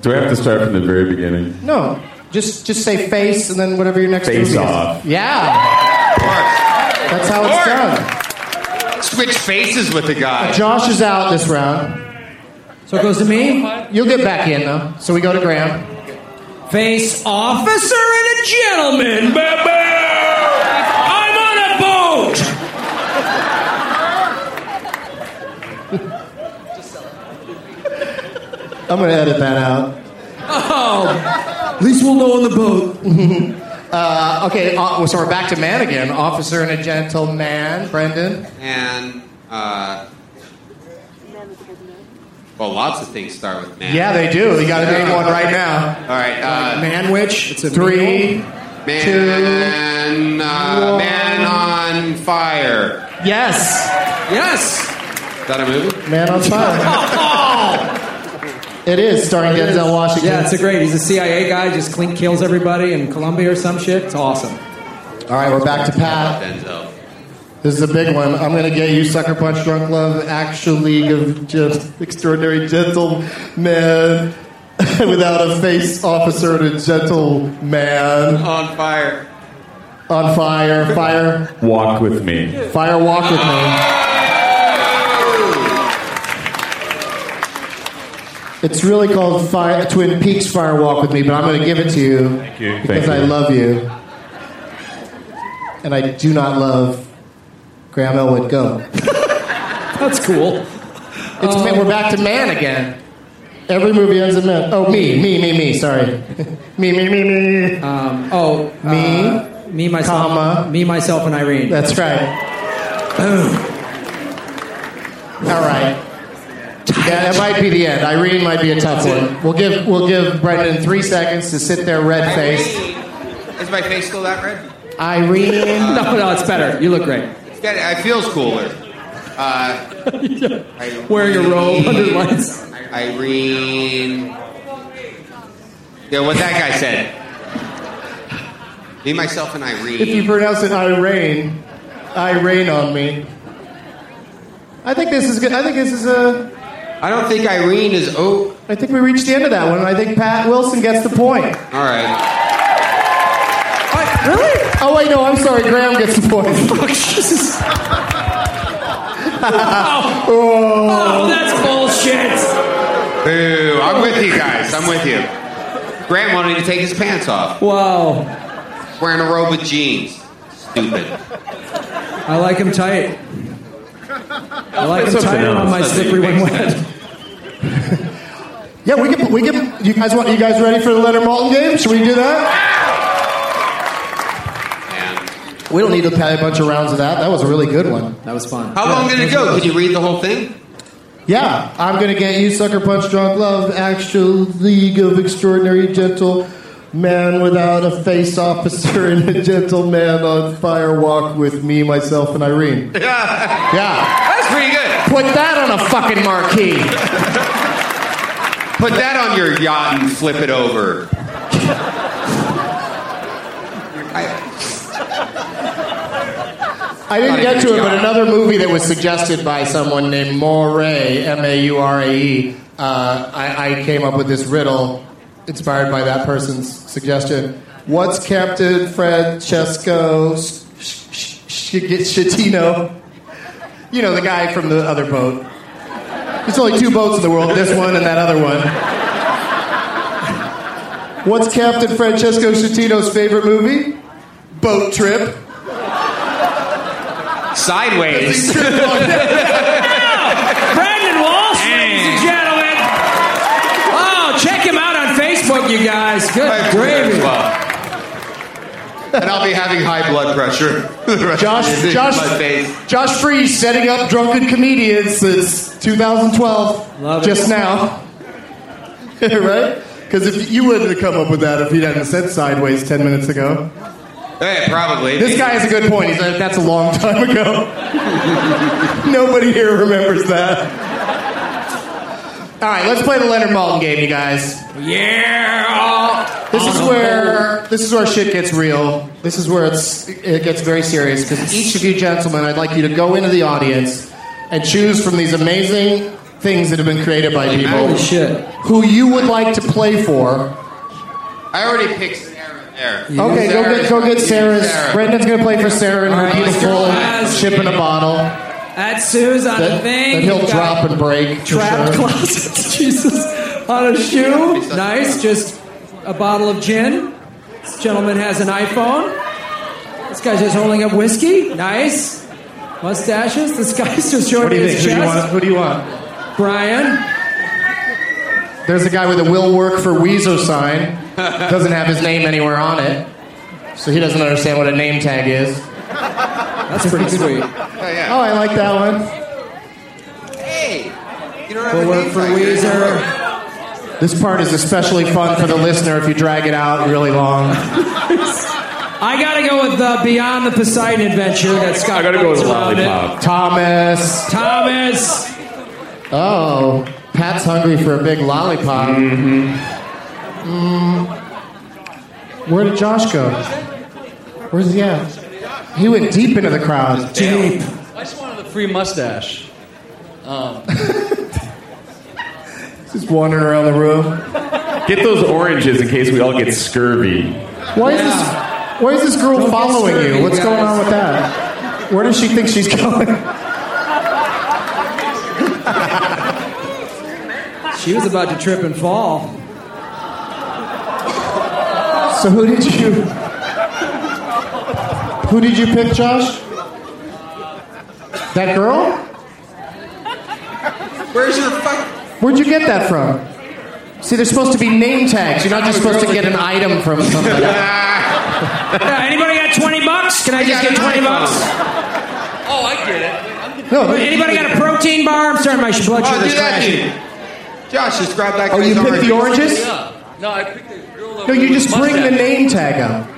Speaker 8: Do I have to start from the very beginning?
Speaker 5: No, just just say face, and then whatever your next
Speaker 8: Face
Speaker 5: movie is.
Speaker 8: off.
Speaker 5: Yeah,
Speaker 7: Of course.
Speaker 5: that's how it's
Speaker 7: Or-
Speaker 5: done.
Speaker 7: Switch faces with the guy.
Speaker 5: Josh is out this round.
Speaker 6: So it goes to me.
Speaker 5: You'll get back in though. So we go to Graham.
Speaker 6: Face officer and a gentleman, baby. I'm on a boat.
Speaker 5: I'm gonna edit that out.
Speaker 6: Oh, at least we'll know on the boat.
Speaker 5: Uh, okay, uh, so we're back to man again. Officer and a gentleman, Brendan.
Speaker 7: And uh, well, lots of things start with man.
Speaker 5: Yeah, they do. You got to name one right now.
Speaker 7: All right. Uh,
Speaker 5: Manwich. It's a three.
Speaker 7: Man, uh, man on fire.
Speaker 5: Yes,
Speaker 6: Yes.
Speaker 7: Is that a movie?
Speaker 5: man on fire. it is starring Denzel Washington.
Speaker 6: Yeah, it's a great. He's a CIA guy. Just clean kills everybody in Colombia or some shit. It's awesome.
Speaker 5: All right, we're back to Pat.
Speaker 7: Denzel.
Speaker 5: This is a big one. I'm gonna get you, sucker punch, drunk love, action league of just extraordinary gentlemen without a face, officer and a gentleman
Speaker 7: On fire.
Speaker 5: on fire, fire,
Speaker 8: Walk with me.
Speaker 5: fire. Walk with me. It's really called Fire, Twin Peaks Fire Walk with Me, but I'm going to give it to you,
Speaker 8: you.
Speaker 5: because
Speaker 8: Thank
Speaker 5: I
Speaker 8: you.
Speaker 5: love you, and I do not love Graham Elwood. Go. It's,
Speaker 6: That's cool. Oh.
Speaker 5: man- we're back to man again. Every movie ends in man. Oh, me, me, me, me. Sorry, me, me, me, me.
Speaker 6: Um, oh,
Speaker 5: Me,
Speaker 6: uh, me, myself,
Speaker 5: comma.
Speaker 6: me, myself, and Irene.
Speaker 5: That's right. All right. That, that might be the end. Irene might be a tough one. We'll give we'll give Brendan three seconds to sit there red faced.
Speaker 7: Is my face still that red?
Speaker 5: Irene.
Speaker 6: no, no, it's better. You look great.
Speaker 7: It's got- It feels cooler. Uh,
Speaker 6: Wearing a robe under lights.
Speaker 7: Irene. Yeah, what that guy said. Me, myself, and
Speaker 5: If you
Speaker 7: Irene.
Speaker 5: pronounce it Irene, Irene on me. I think this is good. I think this is a.
Speaker 7: I don't think Irene is. Oh,
Speaker 5: I think we reached the end of that one. I think Pat Wilson gets the point.
Speaker 7: all right.
Speaker 5: really? Oh wait, no. I'm sorry. Graham gets the point.
Speaker 6: Jesus. oh, that's bullshit.
Speaker 7: Boo! I'm with you guys. I'm with you. Grant wanted to take his pants off.
Speaker 6: Wow.
Speaker 7: Wearing a robe with jeans. Stupid.
Speaker 6: I like him tight. Well, I can
Speaker 5: Something
Speaker 6: tie it on
Speaker 5: else.
Speaker 6: my
Speaker 5: That's
Speaker 6: slippery
Speaker 5: what
Speaker 6: when
Speaker 5: you
Speaker 6: wet.
Speaker 5: Yeah, we can. We can. You guys want? You guys ready for the Leonard Malton game? Should we do that? We don't need to play a bunch of rounds of that. That was a really good one.
Speaker 6: That was fun.
Speaker 7: How long did it go? Can you read the whole thing?
Speaker 5: Yeah, I'm gonna get you, sucker punch, drunk love, actual league of extraordinary gentle man without a face officer and a gentleman on fire walk with me, myself, and Irene.
Speaker 7: Yeah.
Speaker 5: Yeah,
Speaker 7: That's pretty
Speaker 5: put
Speaker 7: good.
Speaker 5: that on a fucking marquee.
Speaker 7: Put that on your yacht and flip it over.
Speaker 5: I didn't get to it, but another movie that was suggested by someone named Moray, M A U R A E, uh, I, I came up with this riddle inspired by that person's suggestion. What's Captain Francesco S- S- S- Schettino? You know, the guy from the other boat. There's only two boats in the world this one and that other one. What's Captain Francesco Schettino's favorite movie? Boat Trip.
Speaker 7: Sideways.
Speaker 6: Brandon Walsh, ladies and gentlemen. Oh, check him out on Facebook, you guys. Good gravy.
Speaker 7: Wow. And I'll be having high blood pressure.
Speaker 5: Josh, Josh, Josh Freeze setting up drunken comedians since 2012.
Speaker 6: Love it.
Speaker 5: just now, right? Because if you wouldn't have come up with that if he hadn't said sideways 10 minutes ago.
Speaker 7: Hey, Oh, probably.
Speaker 5: This guy has a good point. He's like, that's a long time ago. Nobody here remembers that. All right, let's play the Leonard Malton game, you guys.
Speaker 6: Yeah. Oh.
Speaker 5: This is where this is where shit gets real. This is where it's it gets very serious because each of you gentlemen, I'd like you to go into the audience and choose from these amazing things that have been created by people
Speaker 6: Holy shit.
Speaker 5: who you would like to play for.
Speaker 7: I already picked Sarah there.
Speaker 5: Okay, go get go get Sarah's.
Speaker 7: Sarah.
Speaker 5: Brendan's gonna play for Sarah in
Speaker 6: All
Speaker 5: her
Speaker 6: right,
Speaker 5: beautiful
Speaker 6: Sarah's-
Speaker 5: chip in a bottle
Speaker 6: At Sue's on a
Speaker 5: that,
Speaker 6: thing.
Speaker 5: that
Speaker 6: you
Speaker 5: he'll
Speaker 6: got
Speaker 5: drop and break. for
Speaker 6: Trapped
Speaker 5: sure.
Speaker 6: closet. Jesus. On a shoe. Nice. Just a bottle of gin. This gentleman has an iPhone. This guy's just holding up whiskey. Nice. Mustaches. This guy's just showing
Speaker 5: What do you
Speaker 6: his
Speaker 5: think? Who
Speaker 6: chest.
Speaker 5: do you want? Who do you want?
Speaker 6: Brian.
Speaker 5: There's a guy with a will work for Weezer sign. Doesn't have his name anywhere on it. So he doesn't understand what a name tag is.
Speaker 6: That's pretty sweet.
Speaker 5: Oh, I like that one.
Speaker 7: Hey, you don't have
Speaker 6: We'll
Speaker 7: a
Speaker 6: work
Speaker 7: name
Speaker 6: for
Speaker 7: tag.
Speaker 6: Weezer.
Speaker 5: This part is especially fun for the listener if you drag it out really long.
Speaker 6: I gotta go with uh, Beyond the Poseidon Adventure. That's got
Speaker 8: I gotta go with
Speaker 6: lots around it.
Speaker 8: lollipop.
Speaker 5: Thomas.
Speaker 6: Thomas.
Speaker 5: Oh, Pat's hungry for a big lollipop. Mm-hmm. Where did Josh go? Where's he at? He went deep into the crowd.
Speaker 6: Deep.
Speaker 9: I just wanted a free mustache.
Speaker 5: Just wandering around the room.
Speaker 8: Get those oranges in case we all get scurvy.
Speaker 5: Why is
Speaker 6: Yeah.
Speaker 5: this? Why is this girl
Speaker 6: Don't get
Speaker 5: following
Speaker 6: scurvy,
Speaker 5: you? What's
Speaker 6: guys.
Speaker 5: going on with that? Where does she think she's going?
Speaker 6: She was about to trip and fall.
Speaker 5: So who did you? Who did you pick, Josh? That girl?
Speaker 7: Where's your fuck?
Speaker 5: Where'd you get that from? See, there's supposed to be name tags. You're not just supposed to get an item from somebody.
Speaker 6: Yeah, Uh, anybody got 20 bucks? Can I just
Speaker 7: got
Speaker 6: get
Speaker 7: an
Speaker 6: 20
Speaker 7: iPhone.
Speaker 6: bucks?
Speaker 9: Oh, I get it.
Speaker 5: No,
Speaker 6: Anybody got a protein bar? I'm starting my blood
Speaker 7: Oh,
Speaker 6: sugar's
Speaker 7: do that
Speaker 6: crashing.
Speaker 7: dude. Josh, just grab that.
Speaker 5: Oh, you
Speaker 7: guy's
Speaker 5: picked the
Speaker 7: orange.
Speaker 5: oranges?
Speaker 9: Yeah. No, I picked the girl over
Speaker 5: No, you
Speaker 9: with
Speaker 5: just bring the
Speaker 9: mustache.
Speaker 5: name tag up,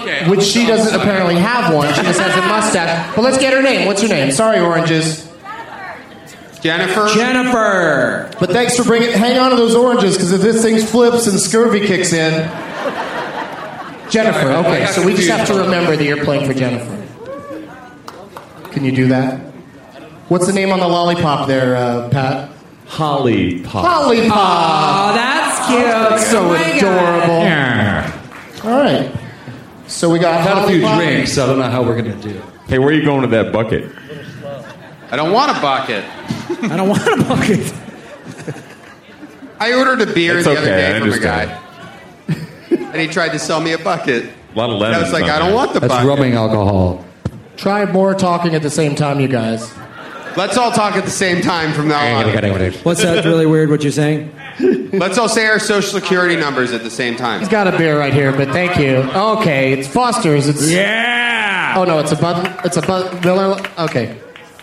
Speaker 9: Okay.
Speaker 5: which
Speaker 9: I'm
Speaker 5: she
Speaker 9: sorry.
Speaker 5: doesn't apparently have one. She just has a mustache. But let's get her name. What's your name? Sorry, oranges.
Speaker 7: Jennifer.
Speaker 6: Jennifer.
Speaker 5: But thanks for bringing. Hang on to those oranges, because if this thing flips and scurvy kicks in, Jennifer. Okay, so we just have to remember that you're playing for Jennifer. Can you do that? What's the name on the lollipop there, uh, Pat?
Speaker 8: Holly pop.
Speaker 5: Lollipop.
Speaker 6: Oh, that's cute. Oh
Speaker 5: so
Speaker 6: my
Speaker 5: adorable.
Speaker 6: God.
Speaker 5: All right. So we got
Speaker 9: Had a few
Speaker 5: lollipop.
Speaker 9: drinks. I don't know how we're gonna do.
Speaker 8: Hey, where are you going with that bucket?
Speaker 7: I don't want a bucket.
Speaker 6: I don't want a bucket.
Speaker 7: I ordered a beer
Speaker 8: It's
Speaker 7: the
Speaker 8: okay,
Speaker 7: other day
Speaker 8: I
Speaker 7: from a
Speaker 8: understand.
Speaker 7: guy, and he tried to sell me a bucket.
Speaker 8: A lot of
Speaker 7: And
Speaker 8: lemons.
Speaker 7: I was like,
Speaker 8: on
Speaker 7: I
Speaker 8: there.
Speaker 7: don't want the
Speaker 9: That's
Speaker 7: bucket.
Speaker 9: rubbing alcohol.
Speaker 5: Try more talking at the same time, you guys.
Speaker 7: Let's all talk at the same time from now on.
Speaker 6: What's that? Really weird what you're saying?
Speaker 7: Let's all say our social security numbers at the same time.
Speaker 5: He's got a beer right here, but thank you. Okay, it's Foster's. It's
Speaker 8: yeah.
Speaker 5: Oh no, it's a Bud. It's a Bud Miller. Okay.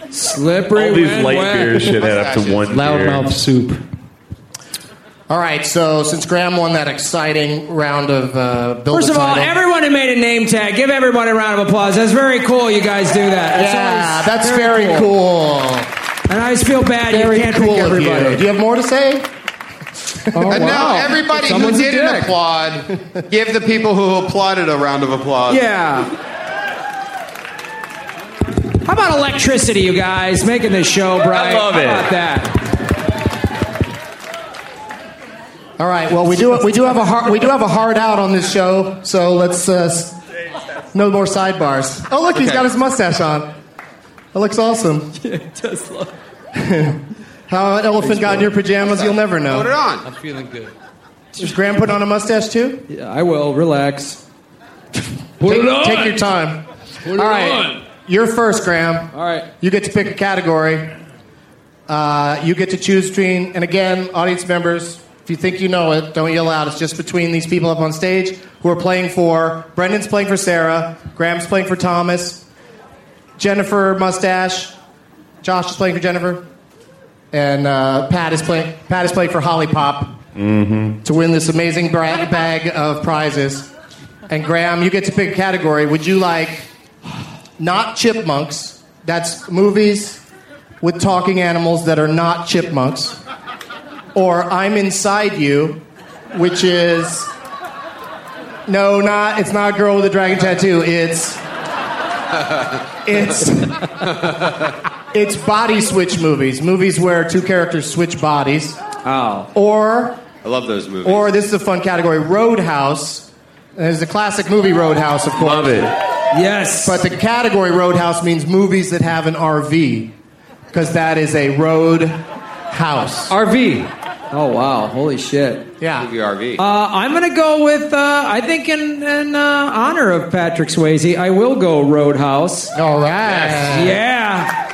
Speaker 6: Slippery.
Speaker 8: All these when light wet. beers should add up to one Loud beer. mouth
Speaker 6: soup.
Speaker 5: All right, so since Graham won that exciting round of uh, build
Speaker 6: First
Speaker 5: a
Speaker 6: of all,
Speaker 5: title-
Speaker 6: everyone who made a name tag, give everyone a round of applause. That's very cool. You guys do that.
Speaker 5: yeah,
Speaker 6: always
Speaker 5: that's very, cool.
Speaker 6: And I just feel bad you can't pick
Speaker 5: of you.
Speaker 6: everybody.
Speaker 5: Do you have more to say? Oh,
Speaker 7: and
Speaker 6: wow.
Speaker 7: now everybody
Speaker 6: Someone's a
Speaker 7: who didn't
Speaker 6: dick.
Speaker 7: applaud, give the people who applauded a round of applause.
Speaker 6: Yeah. How about electricity, you guys? Making this show bright.
Speaker 8: love
Speaker 6: How
Speaker 8: it.
Speaker 6: about that?
Speaker 5: All right. Well, we do we do have a hard, we do have a hard out on this show, so let's uh, s- no more sidebars. Oh look, he's
Speaker 7: Okay.
Speaker 5: got his mustache on. That looks awesome. How an elephant got in your pajamas, you'll never
Speaker 7: Put it
Speaker 5: know.
Speaker 7: on.
Speaker 9: I'm feeling good.
Speaker 5: Is Graham putting on a mustache too?
Speaker 6: Yeah, I will. Relax.
Speaker 8: Put
Speaker 5: take,
Speaker 8: it on.
Speaker 5: Take your time. All
Speaker 8: it
Speaker 5: right,
Speaker 8: on.
Speaker 5: you're first, Graham.
Speaker 6: All right.
Speaker 5: You get to pick a category. Uh, you get to choose between, and again, audience members, if you think you know it, don't yell out. It's just between these people up on stage who are playing for. Brendan's playing for Sarah. Graham's playing for Thomas. Jennifer Mustache. Josh is playing for Jennifer. And uh, Pat is playing. Pat is playing for Holly Pop to win this amazing bra- bag of prizes. And Graham, you get to pick a category. Would you like not chipmunks? That's movies with talking animals that are not chipmunks. Or I'm Inside You, which is. No, not. It's not a girl with a dragon tattoo. It's. It's. It's body switch movies. Movies where two characters switch bodies.
Speaker 6: Oh.
Speaker 5: Or
Speaker 7: I love those movies.
Speaker 5: or this is a fun category, Roadhouse. There's the classic movie Roadhouse, of course.
Speaker 8: Love it.
Speaker 6: Yes.
Speaker 5: But the category Roadhouse means movies that have an RV, because that is a road house.
Speaker 6: RV. Oh wow! Holy shit.
Speaker 7: Give
Speaker 5: Yeah.
Speaker 7: you RV.
Speaker 6: Uh, I'm gonna go with. Uh, I think in, in uh, honor of Patrick Swayze, I will go Roadhouse.
Speaker 5: All right.
Speaker 6: Yeah.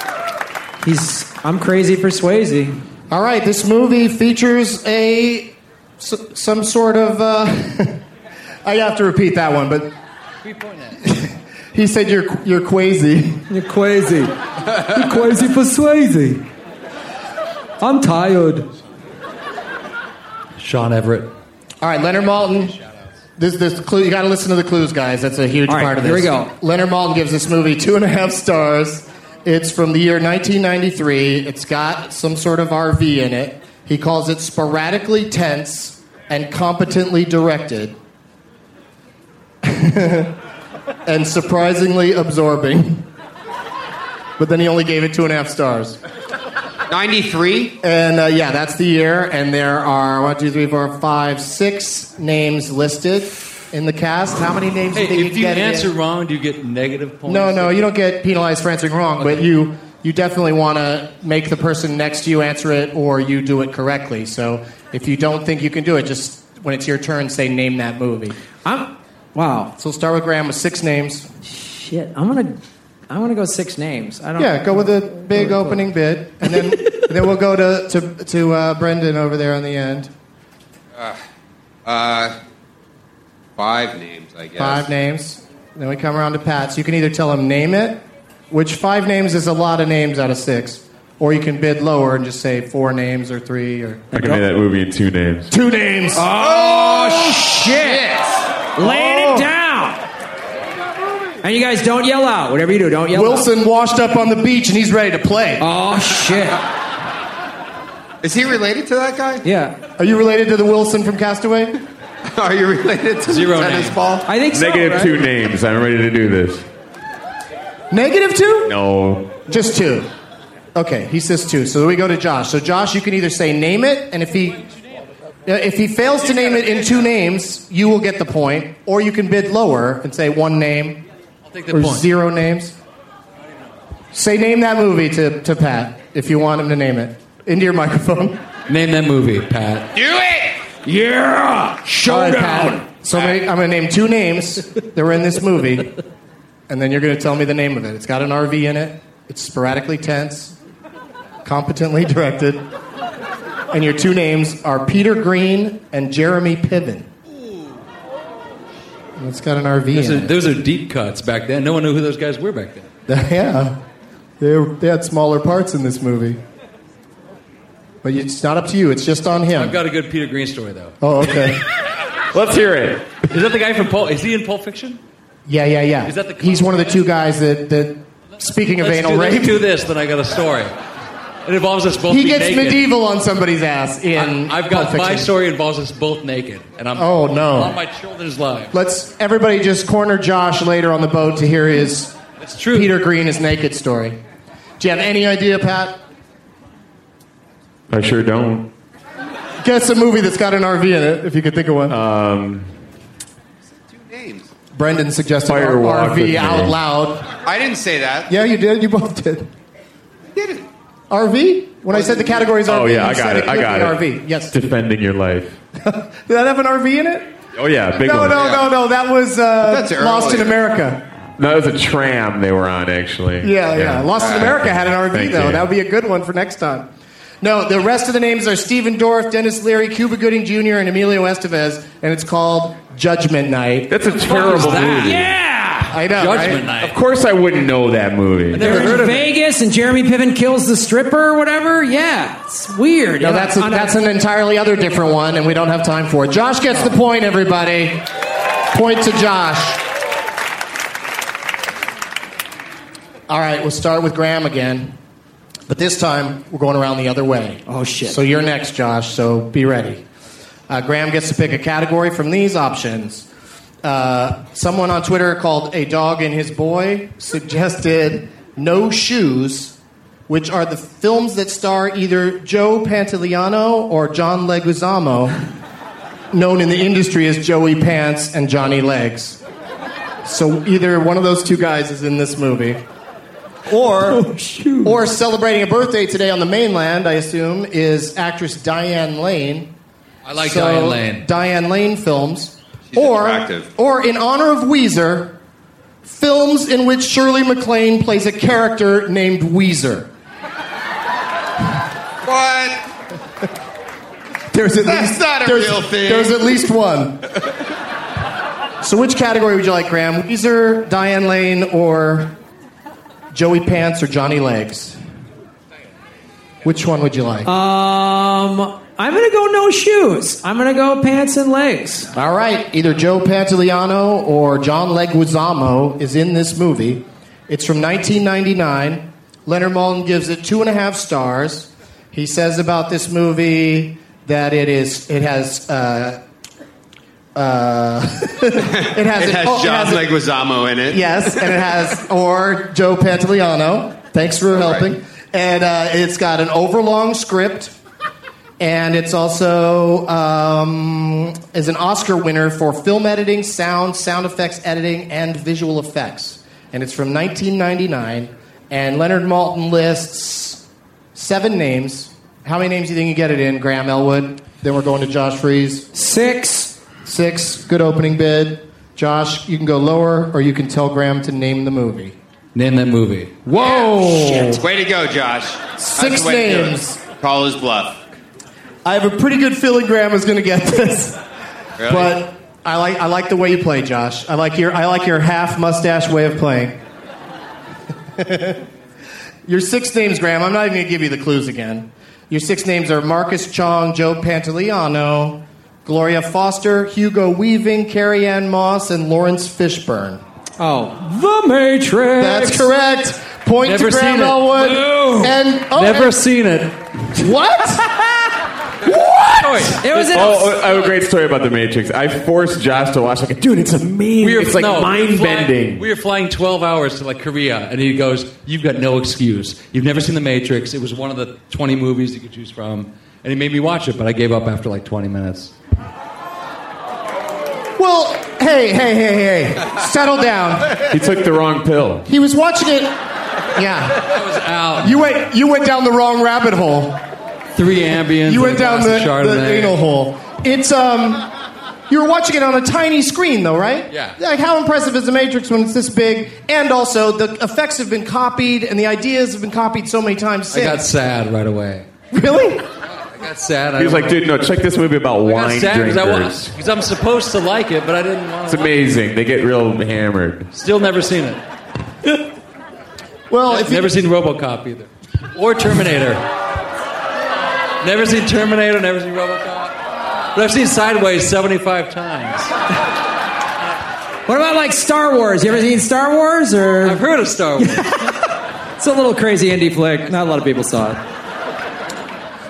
Speaker 6: He's. I'm crazy for Swayze.
Speaker 5: All right. This movie features a s- some sort of. Uh, I have to repeat that one, but he said you're you're crazy.
Speaker 6: You're crazy. You're crazy for Swayze. I'm tired.
Speaker 9: Sean Everett.
Speaker 5: All right, Leonard Malton. This, this clue, you got to listen to the clues, guys. That's a huge
Speaker 6: All right,
Speaker 5: part of this.
Speaker 6: here we go.
Speaker 5: Leonard Malton gives this movie two and a half stars. It's from the year 1993. It's got some sort of RV in it. He calls it sporadically tense and competently directed, and surprisingly absorbing. But then he only gave it two and a half stars.
Speaker 7: 93?
Speaker 5: And uh, yeah, that's the year. And there are one, two, three, four, five, six names listed in the cast. How many names do you think
Speaker 9: Hey,
Speaker 5: you
Speaker 9: if
Speaker 5: can
Speaker 9: you
Speaker 5: get? it in?
Speaker 9: answer wrong, do you get negative points?
Speaker 5: no, no, you don't get penalized for answering wrong, but you you definitely want to make the person next to you answer it or you do it correctly. So if you don't think you can do it, just when it's your turn, say name that movie.
Speaker 6: I'm. Wow.
Speaker 5: So we'll start with Graham with six names.
Speaker 6: Shit. I'm gonna. I'm gonna go six names. I don't.
Speaker 5: Yeah, go with a big opening bid, and then and then we'll go to to to uh, Brendan over there on the end.
Speaker 7: Uh, five names, I guess.
Speaker 5: Five names. Then we come around to Pat. So you can either tell him name it, which five names is a lot of names out of six, or you can bid lower and just say four names or three or
Speaker 8: I can name that movie in two names.
Speaker 5: two names.
Speaker 6: Oh shit! Laying
Speaker 5: Oh.
Speaker 6: it down. And you guys don't yell out. Whatever you do, don't yell. out.
Speaker 5: Wilson washed up on the beach and he's ready to play.
Speaker 6: Oh shit!
Speaker 7: Is he related to that guy?
Speaker 6: Yeah,
Speaker 5: Are you related to the Wilson from Castaway?
Speaker 7: Are you related to
Speaker 9: Zero
Speaker 7: the tennis
Speaker 9: names.
Speaker 7: ball?
Speaker 6: I think so.
Speaker 8: Negative
Speaker 6: right?
Speaker 8: two names. I'm ready to do this.
Speaker 5: Negative two?
Speaker 8: No.
Speaker 5: Just two. Okay, he says two. So we go to Josh. So Josh, you can either say name it, and if he uh, if he fails to name it in two names, you will get the point, or you can bid lower and say one name
Speaker 9: I'll take the
Speaker 5: or
Speaker 9: point.
Speaker 5: zero names. Say name that movie to, to Pat if you want him to name it. Into your microphone.
Speaker 9: Name that movie, Pat.
Speaker 7: Do it!
Speaker 8: Yeah.
Speaker 5: All right, Pat. So I'm gonna- I'm going to name two names that were in this movie, and then you're going to tell me the name of it. It's got an RV in it. It's sporadically tense, competently directed. And your two names are Peter Green and Jeremy Piven. And it's got an RV.
Speaker 9: Those
Speaker 5: in
Speaker 9: are,
Speaker 5: it.
Speaker 9: those are deep cuts back then. No one knew who those guys were back then.
Speaker 5: yeah, they, were, they had smaller parts in this movie. But it's not up to you. It's just on
Speaker 9: I've
Speaker 5: him.
Speaker 9: got a good Peter Green story though.
Speaker 5: Oh, okay.
Speaker 9: Let's hear it. Is that the guy from Pulp? Is he in Pulp Fiction?
Speaker 5: Yeah, yeah, yeah.
Speaker 9: Is that the
Speaker 5: He's one of the two guys that, that speaking of
Speaker 9: Let's
Speaker 5: anal
Speaker 9: do,
Speaker 5: rape,
Speaker 9: Let's do this. Then I got a story. It involves us both.
Speaker 5: he
Speaker 9: being
Speaker 5: gets
Speaker 9: naked.
Speaker 5: medieval on somebody's ass in.
Speaker 9: I've got
Speaker 5: Pulp
Speaker 9: my
Speaker 5: Fiction.
Speaker 9: story involves us both naked, and I'm
Speaker 5: Oh, no.
Speaker 9: on my children's lives.
Speaker 5: Let's everybody just corner Josh later on the boat to hear his
Speaker 9: true.
Speaker 5: Peter Green is naked story. Do you have any idea, Pat?
Speaker 8: I sure don't.
Speaker 5: Guess a movie that's got an RV in it, if you could think of one.
Speaker 8: Um,
Speaker 5: Brendan suggested
Speaker 8: Fire Walk with
Speaker 5: RV
Speaker 8: Me.
Speaker 5: out loud.
Speaker 7: I didn't say that.
Speaker 5: Yeah, you did. You both did. Did it? RV? When I said the categories RV,
Speaker 8: oh yeah, I
Speaker 5: you said
Speaker 8: got it. I
Speaker 5: with
Speaker 8: got
Speaker 5: the
Speaker 8: it.
Speaker 5: RV. Yes.
Speaker 8: Defending your life.
Speaker 5: Did that have an RV in it?
Speaker 8: Oh yeah, big
Speaker 5: no,
Speaker 8: one.
Speaker 5: no, no, no. That was uh,
Speaker 8: That's
Speaker 5: Lost in
Speaker 8: earlier.
Speaker 5: America.
Speaker 8: No, it was a tram they were on actually.
Speaker 5: Yeah, yeah. Lost in America had an RV
Speaker 8: Thank
Speaker 5: though.
Speaker 8: you.
Speaker 5: That would be a good one for next time. No, the rest of the names are Stephen Dorff, Dennis Leary, Cuba Gooding Jr., and Emilio Estevez, and it's called Judgment Night.
Speaker 8: That's a terrible movie.
Speaker 5: Yeah, I know.
Speaker 8: Judgment Night. Of course, I wouldn't know that movie.
Speaker 6: They're in Vegas and Jeremy Piven kills the stripper or whatever. Yeah, it's weird.
Speaker 5: No, that's a,
Speaker 6: On
Speaker 5: that's an entirely other different one, and we don't have time for it. Josh gets the point. Everybody, point to Josh. All right, we'll start with Graham again, but this time we're going around the other way. Oh shit! So you're next, Josh. So be ready. Uh, Graham gets to pick a category from these options. Uh, someone on Twitter called a dog and his boy suggested no shoes which are the films that star either Joe Pantoliano or John Leguizamo, known in the industry as Joey Pants and Johnny Legs. So either one of those two guys is in this movie. Or, or celebrating a birthday today on the mainland, I assume, is actress Diane Lane.
Speaker 9: I like
Speaker 5: So,
Speaker 9: Diane Lane.
Speaker 5: Diane Lane films. or, or in honor of Weezer, films in which Shirley MacLaine plays a character named Weezer.
Speaker 7: What?
Speaker 5: There's at
Speaker 7: That's
Speaker 5: least,
Speaker 7: not a
Speaker 5: there's-
Speaker 7: real thing.
Speaker 5: There's at least one. so, which category would you like, Graham? Weezer, Diane Lane, or Joey Pants or Johnny Legs? Which one would you like?
Speaker 6: Um, I'm gonna go no shoes. I'm gonna go pants and legs.
Speaker 5: All right, either Joe Pantoliano or John Leguizamo is in this movie. It's from 1999. Leonard Maltin gives it two and a half stars. He says about this movie that it is it has uh, uh, it has an-
Speaker 7: It has
Speaker 5: oh, it
Speaker 7: John
Speaker 5: has an-
Speaker 7: Leguizamo in it.
Speaker 5: Yes, and it has or Joe Pantoliano. Thanks for helping. And uh, it's got an overlong script, and it's also um, is an Oscar winner for film editing, sound, sound effects editing, and visual effects. And it's from 1999. And Leonard Maltin lists seven names. How many names do you think you get it in, Graham Elwood? Then we're going to Josh Fries.
Speaker 6: Six.
Speaker 5: Six. Good opening bid. Josh, you can go lower, or you can tell Graham to name the movie.
Speaker 9: Name that movie.
Speaker 5: Whoa!
Speaker 7: Oh. Way to go, Josh.
Speaker 5: Six
Speaker 7: That's the way to do it.
Speaker 5: names.
Speaker 7: Call his bluff.
Speaker 5: I have a pretty good feeling Graham is going to get this,
Speaker 7: Really?
Speaker 5: but I like I like the way you play, Josh. I like your I like your half mustache way of playing. your six names, Graham. I'm not even going to give you the clues again. Your six names are Marcus Chong, Joe Pantoliano, Gloria Foster, Hugo Weaving, Carrie Ann Moss, and Lawrence Fishburne.
Speaker 6: Oh, The Matrix.
Speaker 5: That's correct. Point to
Speaker 6: Never
Speaker 5: Graham
Speaker 6: seen it.
Speaker 5: Elwood.
Speaker 6: No.
Speaker 5: And oh,
Speaker 6: Never
Speaker 5: and-
Speaker 6: seen it.
Speaker 5: What?
Speaker 6: It was an
Speaker 8: oh, oh, I have a great story about The Matrix. I forced Josh to watch. Like, dude, it's amazing. it's like
Speaker 9: no,
Speaker 8: mind
Speaker 9: we were flying-
Speaker 8: bending.
Speaker 9: We were flying 12 hours to like Korea, and he goes, "You've got no excuse. You've never seen The Matrix. It was one of the 20 movies you could choose from." And he made me watch it, but I gave up after like 20 minutes.
Speaker 5: Well, hey, hey, hey, hey. Settle down.
Speaker 8: He took the wrong pill.
Speaker 5: He was watching it. Yeah.
Speaker 9: I was out.
Speaker 5: You went you went down the wrong rabbit hole.
Speaker 9: Three ambience.
Speaker 5: You
Speaker 9: and
Speaker 5: went
Speaker 9: a
Speaker 5: down
Speaker 9: glass
Speaker 5: the,
Speaker 9: of Chardonnay.
Speaker 5: the anal hole. It's um You were watching it on a tiny screen, though, right?
Speaker 10: Yeah.
Speaker 5: Like, how impressive is The Matrix when it's this big? And also, the effects have been copied, and the ideas have been copied so many times
Speaker 9: I
Speaker 5: since.
Speaker 9: got sad right away.
Speaker 5: Really?
Speaker 9: I got sad. I
Speaker 8: He was
Speaker 9: don't-
Speaker 8: like, dude, no, check this movie about
Speaker 9: I got
Speaker 8: wine
Speaker 9: sad
Speaker 8: drinkers.
Speaker 9: because I'm supposed to like it, but I didn't want
Speaker 8: it's
Speaker 9: to.
Speaker 8: amazing. They get real hammered.
Speaker 9: Still never seen it.
Speaker 5: well,
Speaker 9: if never seen RoboCop either, or Terminator. never seen Terminator. Never seen RoboCop. But I've seen Sideways 75 times.
Speaker 6: What about like Star Wars? You ever seen Star Wars? Or I've
Speaker 9: heard of Star Wars.
Speaker 6: it's a little crazy indie flick. Not a lot of people saw it.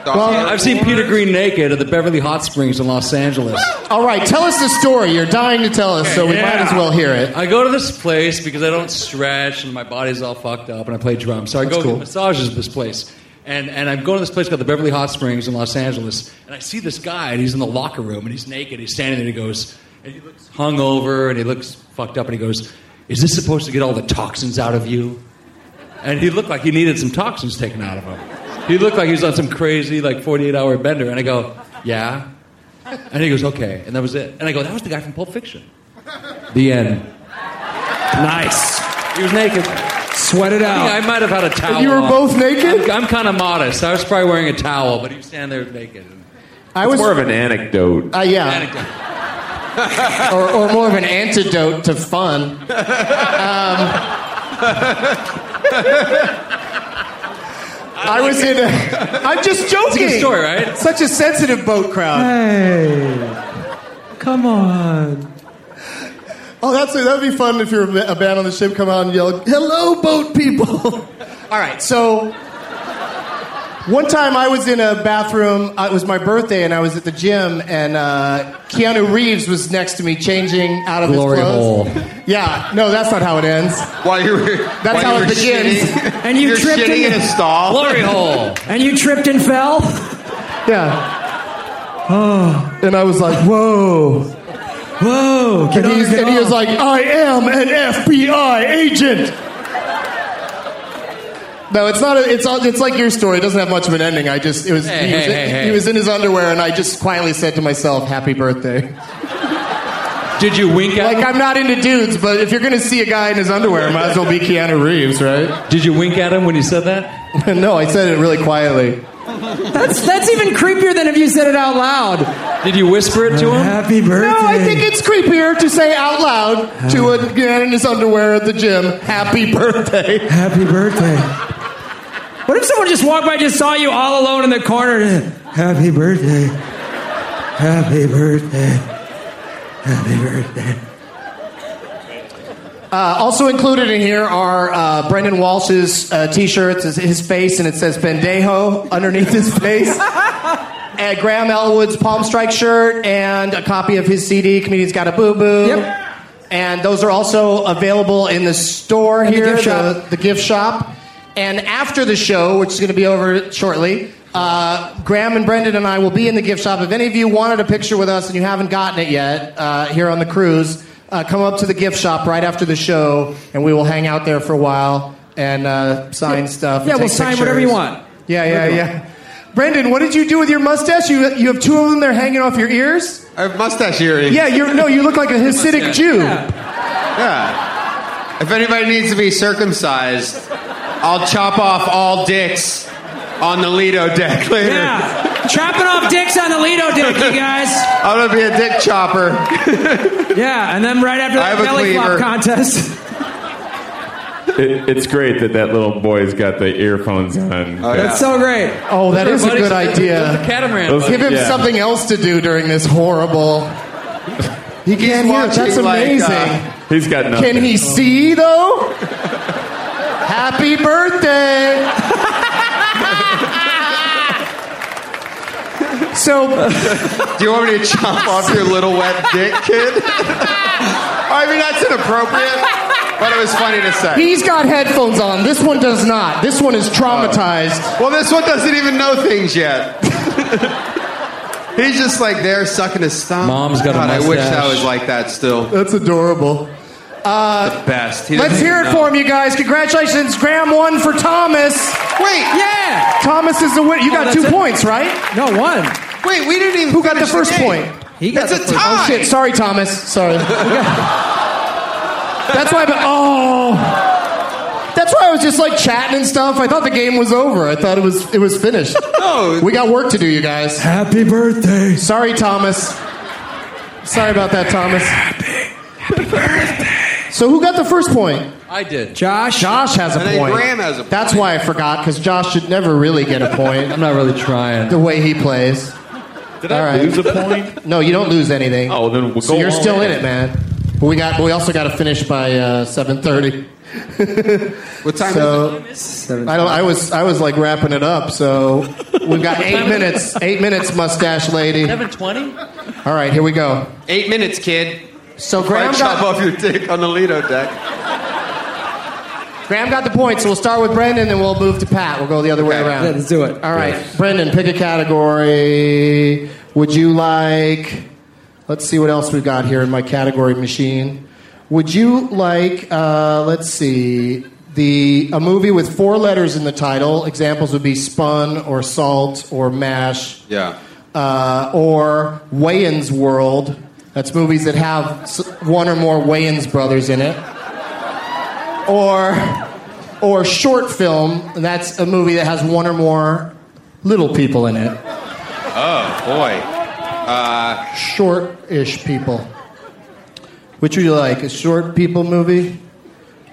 Speaker 9: Well, I've seen Peter Green naked at the Beverly Hot Springs in Los Angeles.
Speaker 5: All right, tell us the story. You're dying to tell us, so we might as well hear it.
Speaker 9: I go to this place because I don't stretch and my body's all fucked up and I play drums. So I
Speaker 5: That's
Speaker 9: go
Speaker 5: cool.
Speaker 9: get massages at this place. And, and I'm going to this place called the Beverly Hot Springs in Los Angeles. And I see this guy and he's in the locker room and he's naked. He's standing there and he goes, and he looks hungover and he looks fucked up and he goes, Is this supposed to get all the toxins out of you? And he looked like he needed some toxins taken out of him. He looked like he was on some crazy, like, 48 hour bender. And I go, Yeah. And he goes, Okay. And that was it. And I go, That was the guy from Pulp Fiction. The end. Nice. He was naked.
Speaker 6: Sweat it
Speaker 9: I, think I might have had a towel.
Speaker 5: You were
Speaker 9: on.
Speaker 5: both naked?
Speaker 9: I'm, I'm kind of modest. I was probably wearing a towel, but he was standing there naked.
Speaker 5: I
Speaker 8: it's
Speaker 5: was
Speaker 8: more of an anecdote.
Speaker 5: Uh, yeah. or, or more of an antidote to fun. Um, I was in a. I'm just joking.
Speaker 10: It's a good story, right?
Speaker 5: Such a sensitive boat crowd.
Speaker 6: Hey, come on.
Speaker 5: Oh, that's that'd be fun if you're a ba- a band on the ship. Come out and yell, "Hello, boat people!" All right, so one time I was in a bathroom. uh, It was my birthday, and I was at the gym, and uh, Keanu Reeves was next to me, changing out of
Speaker 6: Glory
Speaker 5: his clothes.
Speaker 6: hole.
Speaker 5: Yeah, no, that's not how it ends.
Speaker 7: While you were,
Speaker 5: that's
Speaker 7: while
Speaker 5: how
Speaker 7: you
Speaker 5: it
Speaker 7: were
Speaker 5: begins.
Speaker 7: shitting- And you You're tripped shitting in- in a stall? Glory
Speaker 9: Oh.
Speaker 7: hole.
Speaker 6: And you tripped and fell.
Speaker 5: Yeah. Oh. And I was like, whoa.
Speaker 6: Oh. Whoa.
Speaker 5: And, he's, and he was like, I am an FBI agent. No, it's not. A, it's all, It's like your story. It doesn't have much of an ending. I just it was,
Speaker 10: Hey,
Speaker 5: he, was
Speaker 10: hey, hey, hey.
Speaker 5: he was in his underwear, and I just quietly said to myself, "Happy birthday."
Speaker 9: Did you wink at
Speaker 5: like, I'm not into dudes, but if you're gonna see a guy in his underwear, it might as well be Keanu Reeves, right?
Speaker 9: Did you wink at him when you said that?
Speaker 5: no, I said it really quietly.
Speaker 6: That's that's even creepier than if you said it out loud. Uh-huh.
Speaker 9: Did you whisper it to him?
Speaker 6: Happy birthday.
Speaker 5: No, Oh, I think it's creepier to say out loud to a man in his underwear at the gym, "Happy birthday."
Speaker 6: Happy birthday. What if someone just walked by, just saw you all alone in the corner? and, Happy birthday. Happy birthday. Happy birthday.
Speaker 5: Uh, also included in here are uh, Brendan Walsh's uh, t-shirts, his, his face, and it says Bendejo underneath his face. and Graham Elwood's Palm Strike shirt and a copy of his CD, Comedian's Got a Boo Boo. Yep. And those are also available in the store
Speaker 6: the
Speaker 5: here,
Speaker 6: gift shop.
Speaker 5: the gift shop. And after the show, which is going to be over shortly, uh, Graham and Brendan and I will be in the gift shop. If any of you wanted a picture with us and you haven't gotten it yet uh, here on the cruise, uh, come up to the gift shop right after the show, and we will hang out there for a while and uh, sign stuff. and
Speaker 6: Yeah, we'll
Speaker 5: take
Speaker 6: sign whatever you
Speaker 5: pictures.
Speaker 6: want.
Speaker 5: Yeah, yeah,
Speaker 6: Whatever you
Speaker 5: yeah. Brendan, what did you do with your mustache? You you have two of them. They're hanging off your ears.
Speaker 7: I have mustache earrings.
Speaker 5: Yeah, you're no. You look like a Hasidic Jew.
Speaker 7: Yeah. If anybody needs to be circumcised, I'll chop off all dicks on the Lido deck later.
Speaker 6: Yeah. Chopping off dicks on the Lido dick, you guys.
Speaker 7: I'm gonna be a dick chopper.
Speaker 6: yeah, and then right after
Speaker 7: I
Speaker 6: that
Speaker 7: have a
Speaker 6: belly
Speaker 7: cleaver.
Speaker 6: flop contest.
Speaker 8: It, it's great that that little boy's got the earphones on.
Speaker 6: That's so great.
Speaker 5: Oh, that is a good idea.
Speaker 8: Those-
Speaker 5: Give him
Speaker 8: yeah.
Speaker 5: something else to do during this horrible. He can't hear. That's
Speaker 7: watching, like, uh,
Speaker 5: amazing.
Speaker 8: He's got
Speaker 5: uh,
Speaker 8: nothing.
Speaker 5: Can he see though? Happy birthday. so,
Speaker 7: do you want me to chop off your little wet dick, kid? I mean, that's inappropriate, but it was funny to say.
Speaker 5: He's got headphones on. This one does not. This one is traumatized.
Speaker 7: Well, this one doesn't even know things yet. He's just like there sucking his thumb.
Speaker 9: Mom's got a
Speaker 7: God, I wish I
Speaker 9: mustache.
Speaker 7: was like that still.
Speaker 5: That's adorable. Uh,
Speaker 7: Best. He
Speaker 5: let's
Speaker 7: doesn't
Speaker 5: hear it
Speaker 7: even know.
Speaker 5: for him, you guys. Congratulations, Graham won for Thomas.
Speaker 7: Wait.
Speaker 6: Yeah.
Speaker 5: Thomas is the winner. You
Speaker 6: Oh,
Speaker 5: got
Speaker 6: that's
Speaker 5: two
Speaker 6: it?
Speaker 5: points, right?
Speaker 6: No, one.
Speaker 7: Wait, we didn't even.
Speaker 5: Who got the
Speaker 7: finish
Speaker 5: first
Speaker 7: game.
Speaker 5: point?
Speaker 6: He got
Speaker 5: That's
Speaker 6: the
Speaker 5: a
Speaker 6: first-
Speaker 5: tie. Oh shit! Sorry, Thomas. Sorry. That's why. I, oh. That's why I was just like chatting and stuff. I thought the game was over. I thought it was it was finished. No, we got work to do, you guys. Happy birthday. Sorry, Thomas. Sorry about that, Thomas. Happy, birthday. So who got the first point?
Speaker 9: I did.
Speaker 5: Josh. Josh has a
Speaker 9: And then
Speaker 5: point.
Speaker 9: Graham has a
Speaker 5: That's why I forgot because Josh should never really get a point. I'm not really trying. The way he plays.
Speaker 8: Did
Speaker 5: All
Speaker 8: I
Speaker 5: right.
Speaker 8: lose a point?
Speaker 5: No, you don't lose anything.
Speaker 8: Oh, then we'll
Speaker 5: So
Speaker 8: go
Speaker 5: you're
Speaker 8: on.
Speaker 5: still in it, man. But we got. But we also got to finish by uh, seven thirty. what
Speaker 7: time
Speaker 5: so, I don't. I was. I was like wrapping it up. So we've got
Speaker 7: What
Speaker 5: eight
Speaker 7: time is it?
Speaker 5: minutes. Eight minutes, mustache lady.
Speaker 9: Seven twenty.
Speaker 5: All right, here we go.
Speaker 7: Eight minutes, kid.
Speaker 5: So
Speaker 7: Before I
Speaker 5: Graham
Speaker 7: chop
Speaker 5: got-
Speaker 7: off your dick on the Lido deck.
Speaker 5: Graham got the point, so we'll start with Brendan, then we'll move to Pat. We'll go the other way
Speaker 6: Okay.
Speaker 5: around.
Speaker 6: Yeah, let's do it.
Speaker 5: All right, Brendan, pick a category. Would you like? Let's see what else we've got here in my category machine. Would you like? Uh, let's see the a movie with four letters in the title. Examples would be Spun or Salt or Mash
Speaker 7: Yeah.
Speaker 5: uh, or Wayans World. That's movies that have s- one or more Wayans brothers in it. Or, or short film. and That's a movie that has one or more little people in it.
Speaker 7: Oh boy. Uh,
Speaker 5: Short-ish people. Which would you like? A short people movie,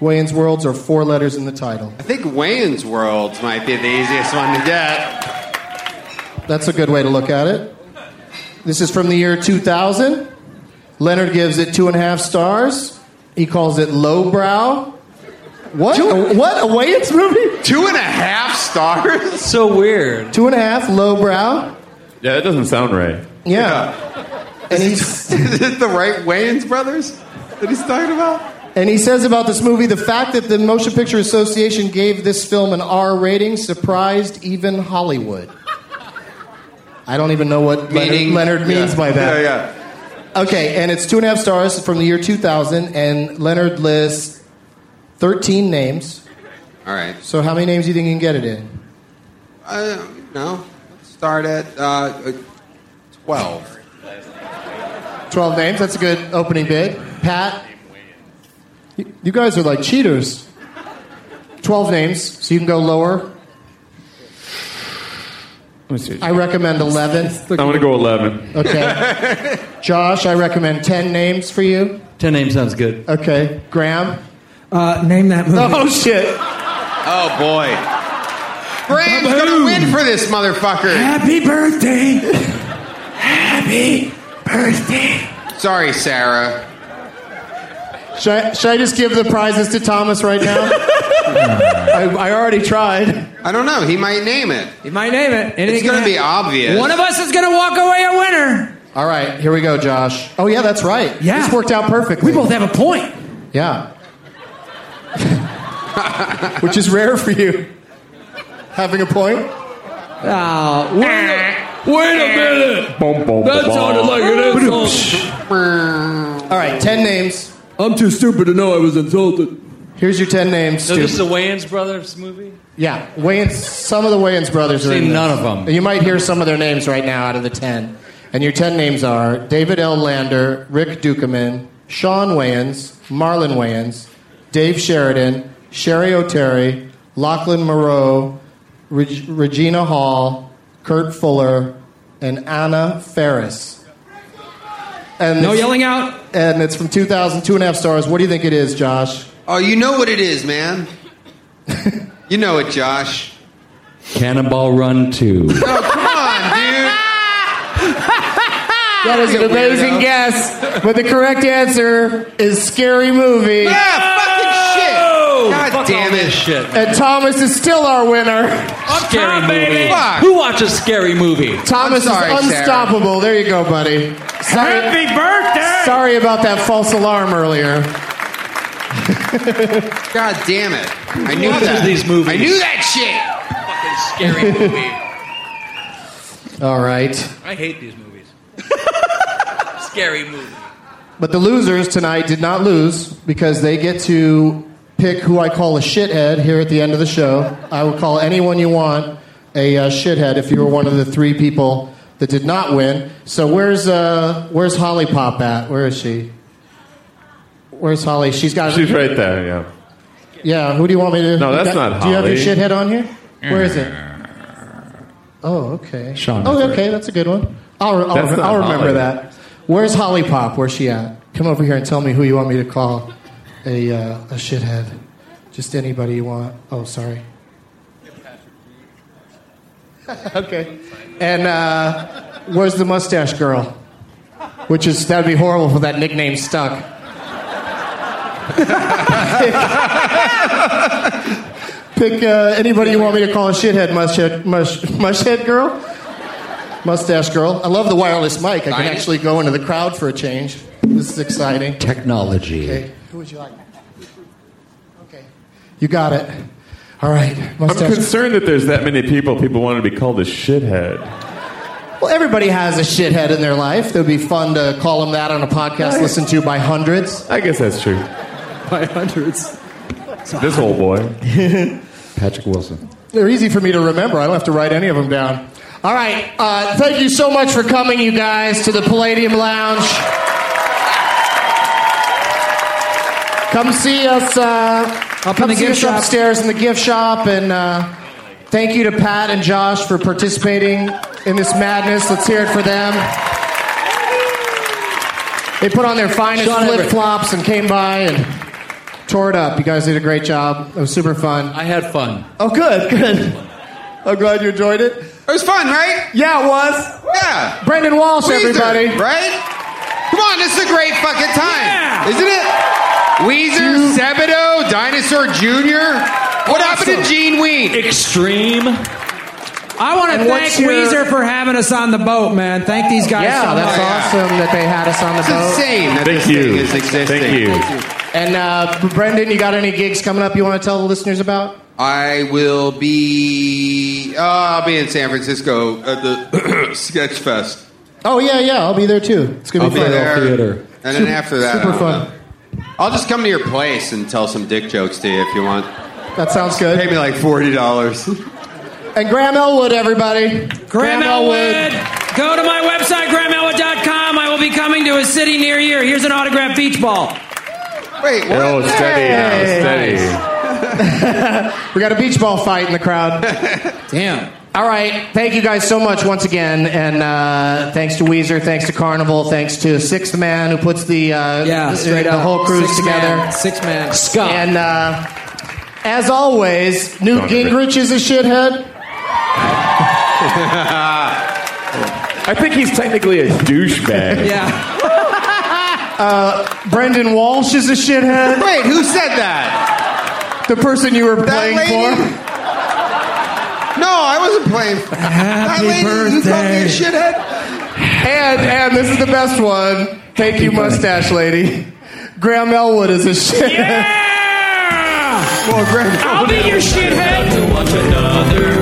Speaker 5: Wayans Worlds, or four letters in the title?
Speaker 7: I think Wayne's World might be the easiest one to get.
Speaker 5: That's a good way to look at it. This is from the year 2000. Leonard gives it two and a half stars. He calls it lowbrow. What? A- what? A Wayans movie?
Speaker 7: Two and a half stars?
Speaker 9: So weird.
Speaker 5: Two and a half, lowbrow.
Speaker 8: Yeah, that doesn't sound right.
Speaker 5: Yeah. And, he's,
Speaker 7: Is it the right Wayans brothers that he's talking about?
Speaker 5: and he says about this movie the fact that the Motion Picture Association gave this film an R rating surprised even Hollywood. I don't even know what Leonard,
Speaker 7: Meaning-
Speaker 5: Leonard means
Speaker 7: yeah.
Speaker 5: by that.
Speaker 7: Yeah, yeah.
Speaker 5: Okay, and it's two and a half stars from the year 2000, and Leonard lists 13 names.
Speaker 7: All right.
Speaker 5: So, how many names do you think you can get it in?
Speaker 7: Uh, no. Let's start at uh, uh, 12.
Speaker 5: 12 names. That's a good opening bid. Pat? y- You guys are like cheaters. 12 names, so you can go lower.
Speaker 8: Let me see.
Speaker 5: I recommend 11.
Speaker 8: I'm going to go 11.
Speaker 5: Okay. Josh, I recommend 10 names for you.
Speaker 9: Ten name sounds good.
Speaker 5: Okay. Graham?
Speaker 6: Uh, name that movie.
Speaker 5: Oh, shit.
Speaker 7: Oh boy. Graham's gonna win for this motherfucker.
Speaker 6: Happy birthday. Happy birthday.
Speaker 7: Sorry, Sarah.
Speaker 5: Should I, should I just give the prizes to Thomas right now? I, I already tried.
Speaker 7: I don't know. He might name it.
Speaker 6: You might name it. Anything
Speaker 7: It's gonna
Speaker 6: can
Speaker 7: be
Speaker 6: happen.
Speaker 7: obvious.
Speaker 6: One of us is gonna walk away a winner.
Speaker 5: All right, here we go, Josh. Oh yeah, that's right.
Speaker 6: Yeah.
Speaker 5: this worked out perfectly.
Speaker 6: We both have a point.
Speaker 5: yeah, which is rare for you. Having a point.
Speaker 6: Oh, wait, a, wait a minute.
Speaker 8: Boom, boom,
Speaker 9: That
Speaker 8: boom.
Speaker 9: sounded like an insult.
Speaker 5: All right, ten names.
Speaker 6: I'm too stupid to know I was insulted.
Speaker 5: Here's your ten names.
Speaker 9: So this is a Wayans Brothers movie.
Speaker 5: yeah, Wayans. Some of the Wayans brothers are
Speaker 9: Seen
Speaker 5: in this.
Speaker 9: none of 'em.
Speaker 5: You might hear some of their names right now out of the ten. And your ten names are David L. Lander, Rick Dukeman, Sean Wayans, Marlon Wayans, Dave Sheridan, Sherry O'Terry, Lachlan Moreau, Reg- Regina Hall, Kurt Fuller, and Anna Ferris. And
Speaker 6: No
Speaker 5: it's-
Speaker 6: yelling out.
Speaker 5: And it's from 2000, two and a half stars. What do you think it is, Josh?
Speaker 7: Oh, you know what it is, man. you know it, Josh.
Speaker 9: Cannonball Run Two.
Speaker 7: Oh, come on,
Speaker 5: That is an amazing
Speaker 7: weirdo.
Speaker 5: guess. But the correct answer is Scary Movie.
Speaker 7: dude. Yeah, fucking shit. God
Speaker 9: Oh, Fuck
Speaker 7: damn
Speaker 9: all
Speaker 7: it.
Speaker 9: this shit.
Speaker 5: And Thomas is still our winner.
Speaker 9: scary
Speaker 6: top,
Speaker 9: movie.
Speaker 6: baby.
Speaker 7: Fuck.
Speaker 9: Who watches scary movie?
Speaker 5: Thomas
Speaker 7: sorry,
Speaker 5: is
Speaker 7: Sarah.
Speaker 5: unstoppable. There you go, buddy. Sorry,
Speaker 6: birthday.
Speaker 5: sorry about that false alarm earlier.
Speaker 7: God damn it. I knew
Speaker 9: watches
Speaker 7: that.
Speaker 9: these movies?
Speaker 7: I knew that shit.
Speaker 9: Scary movie.
Speaker 5: All right.
Speaker 9: I hate these movies. scary movie.
Speaker 5: But the losers tonight did not lose because they get to pick who I call a shithead here at the end of the show. I will call anyone you want a uh, shithead if you were one of the three people that did not win. So where's uh, where's Holly Pop at? Where is she? Where's Holly? She's got.
Speaker 8: She's right there, yeah.
Speaker 5: Yeah. Who do you want me to?
Speaker 8: No, that's
Speaker 5: that-
Speaker 8: not
Speaker 5: Do you have your
Speaker 8: Holly.
Speaker 5: shithead on here? Where is it? Oh, okay.
Speaker 8: Sean
Speaker 5: Oh,
Speaker 8: Everett.
Speaker 5: okay. That's a good one. I'll, I'll,
Speaker 8: That's not
Speaker 5: I'll remember
Speaker 8: Holly.
Speaker 5: that. Where's Holly Pop? Where's she at? Come over here and tell me who you want me to call a, uh, a shithead. Just anybody you want. Oh, sorry. okay. And uh, where's the mustache girl? Which is, that'd be horrible for that nickname stuck. Pick uh, anybody you want me to call a shithead mushhead mush mushhead girl, mustache girl. I love the wireless mic. I can actually go into the crowd for a change. This is exciting.
Speaker 7: Technology.
Speaker 5: Okay, who would you like? Okay, you got it. All right,
Speaker 8: I'm
Speaker 5: mustache.
Speaker 8: concerned that there's that many people people want to be called a shithead.
Speaker 5: well, everybody has a shithead in their life. It would be fun to call them that on a podcast listened to by hundreds.
Speaker 8: I guess that's true.
Speaker 5: By hundreds.
Speaker 8: This old boy.
Speaker 7: Patrick Wilson.
Speaker 5: They're easy for me to remember. I don't have to write any of them down. All right. Uh, thank you so much for coming, you guys, to the Palladium Lounge. Come see us. Uh,
Speaker 6: Up in
Speaker 5: come
Speaker 6: the
Speaker 5: see
Speaker 6: gift
Speaker 5: us
Speaker 6: shop.
Speaker 5: upstairs in the gift shop, and uh, thank you to Pat and Josh for participating in this madness. Let's hear it for them. They put on their finest
Speaker 7: Sean Everett.
Speaker 5: flip flops and came by and tore it up. You guys did a great job. It was super fun.
Speaker 9: I had fun.
Speaker 5: Oh, good, good. I'm glad you enjoyed it. It
Speaker 7: was fun, right?
Speaker 5: Yeah, it was.
Speaker 7: Yeah.
Speaker 5: Brendan Walsh,
Speaker 7: Weezer,
Speaker 5: everybody.
Speaker 7: Right? Come on, this is a great fucking time. Isn't it? Weezer, Sebado, Dinosaur Jr. What happened to Gene Ween?
Speaker 9: Extreme.
Speaker 6: I want to
Speaker 7: And
Speaker 6: thank
Speaker 7: what's your-
Speaker 6: Weezer for having us on the boat, man. Thank these guys.
Speaker 5: Yeah,
Speaker 6: so
Speaker 5: that's
Speaker 6: much.
Speaker 5: awesome that they had us on the
Speaker 6: It's
Speaker 5: boat.
Speaker 7: insane that
Speaker 8: Thank you. Thank you.
Speaker 5: And uh, Brendan, you got any gigs coming up you want to tell the listeners about?
Speaker 7: I will be. Uh, I'll be in San Francisco at the Sketch Fest.
Speaker 5: Oh yeah, yeah, I'll be there too. It's gonna
Speaker 7: I'll
Speaker 5: be
Speaker 7: be
Speaker 5: fun.
Speaker 7: there. Theater. And then
Speaker 5: Super-
Speaker 7: after that, I
Speaker 5: super
Speaker 7: don't
Speaker 5: fun.
Speaker 7: know. I'll just come to your place and tell some dick jokes to you if you want.
Speaker 5: That sounds good.
Speaker 7: Pay me like forty dollars.
Speaker 5: And Graham Elwood, everybody.
Speaker 6: Graham, Elwood. Go to my website, grahamelwood.com. I will be coming to a city near you. Here's an autographed beach ball.
Speaker 7: Wait, what?
Speaker 8: Oh, steady now,
Speaker 5: Hey.
Speaker 8: steady.
Speaker 5: we got a beach ball fight in the crowd.
Speaker 6: Damn.
Speaker 5: All right. Thank you guys so much once again. And uh, thanks to Weezer. Thanks to Carnival. Thanks to Sixth Man, who puts the, uh,
Speaker 6: Yeah,
Speaker 5: the-
Speaker 6: straight
Speaker 5: the
Speaker 6: up.
Speaker 5: whole cruise
Speaker 6: Six
Speaker 5: together.
Speaker 6: man, six man. Scott.
Speaker 5: And uh, as always, Newt
Speaker 8: Don't
Speaker 5: Gingrich is a shithead.
Speaker 8: I think he's technically a douchebag.
Speaker 6: yeah.
Speaker 5: Brendan Walsh is a shithead.
Speaker 7: Wait, who said that?
Speaker 5: The person you were playing
Speaker 7: lady?
Speaker 5: for.
Speaker 7: No, I wasn't playing. Happy that lady who called me a shithead.
Speaker 5: And, and this is the best one. Thank you, mustache lady. Graham Elwood is a shithead.
Speaker 6: Yeah!
Speaker 7: Well, Graham,
Speaker 6: I'll be your shithead.
Speaker 11: to watch another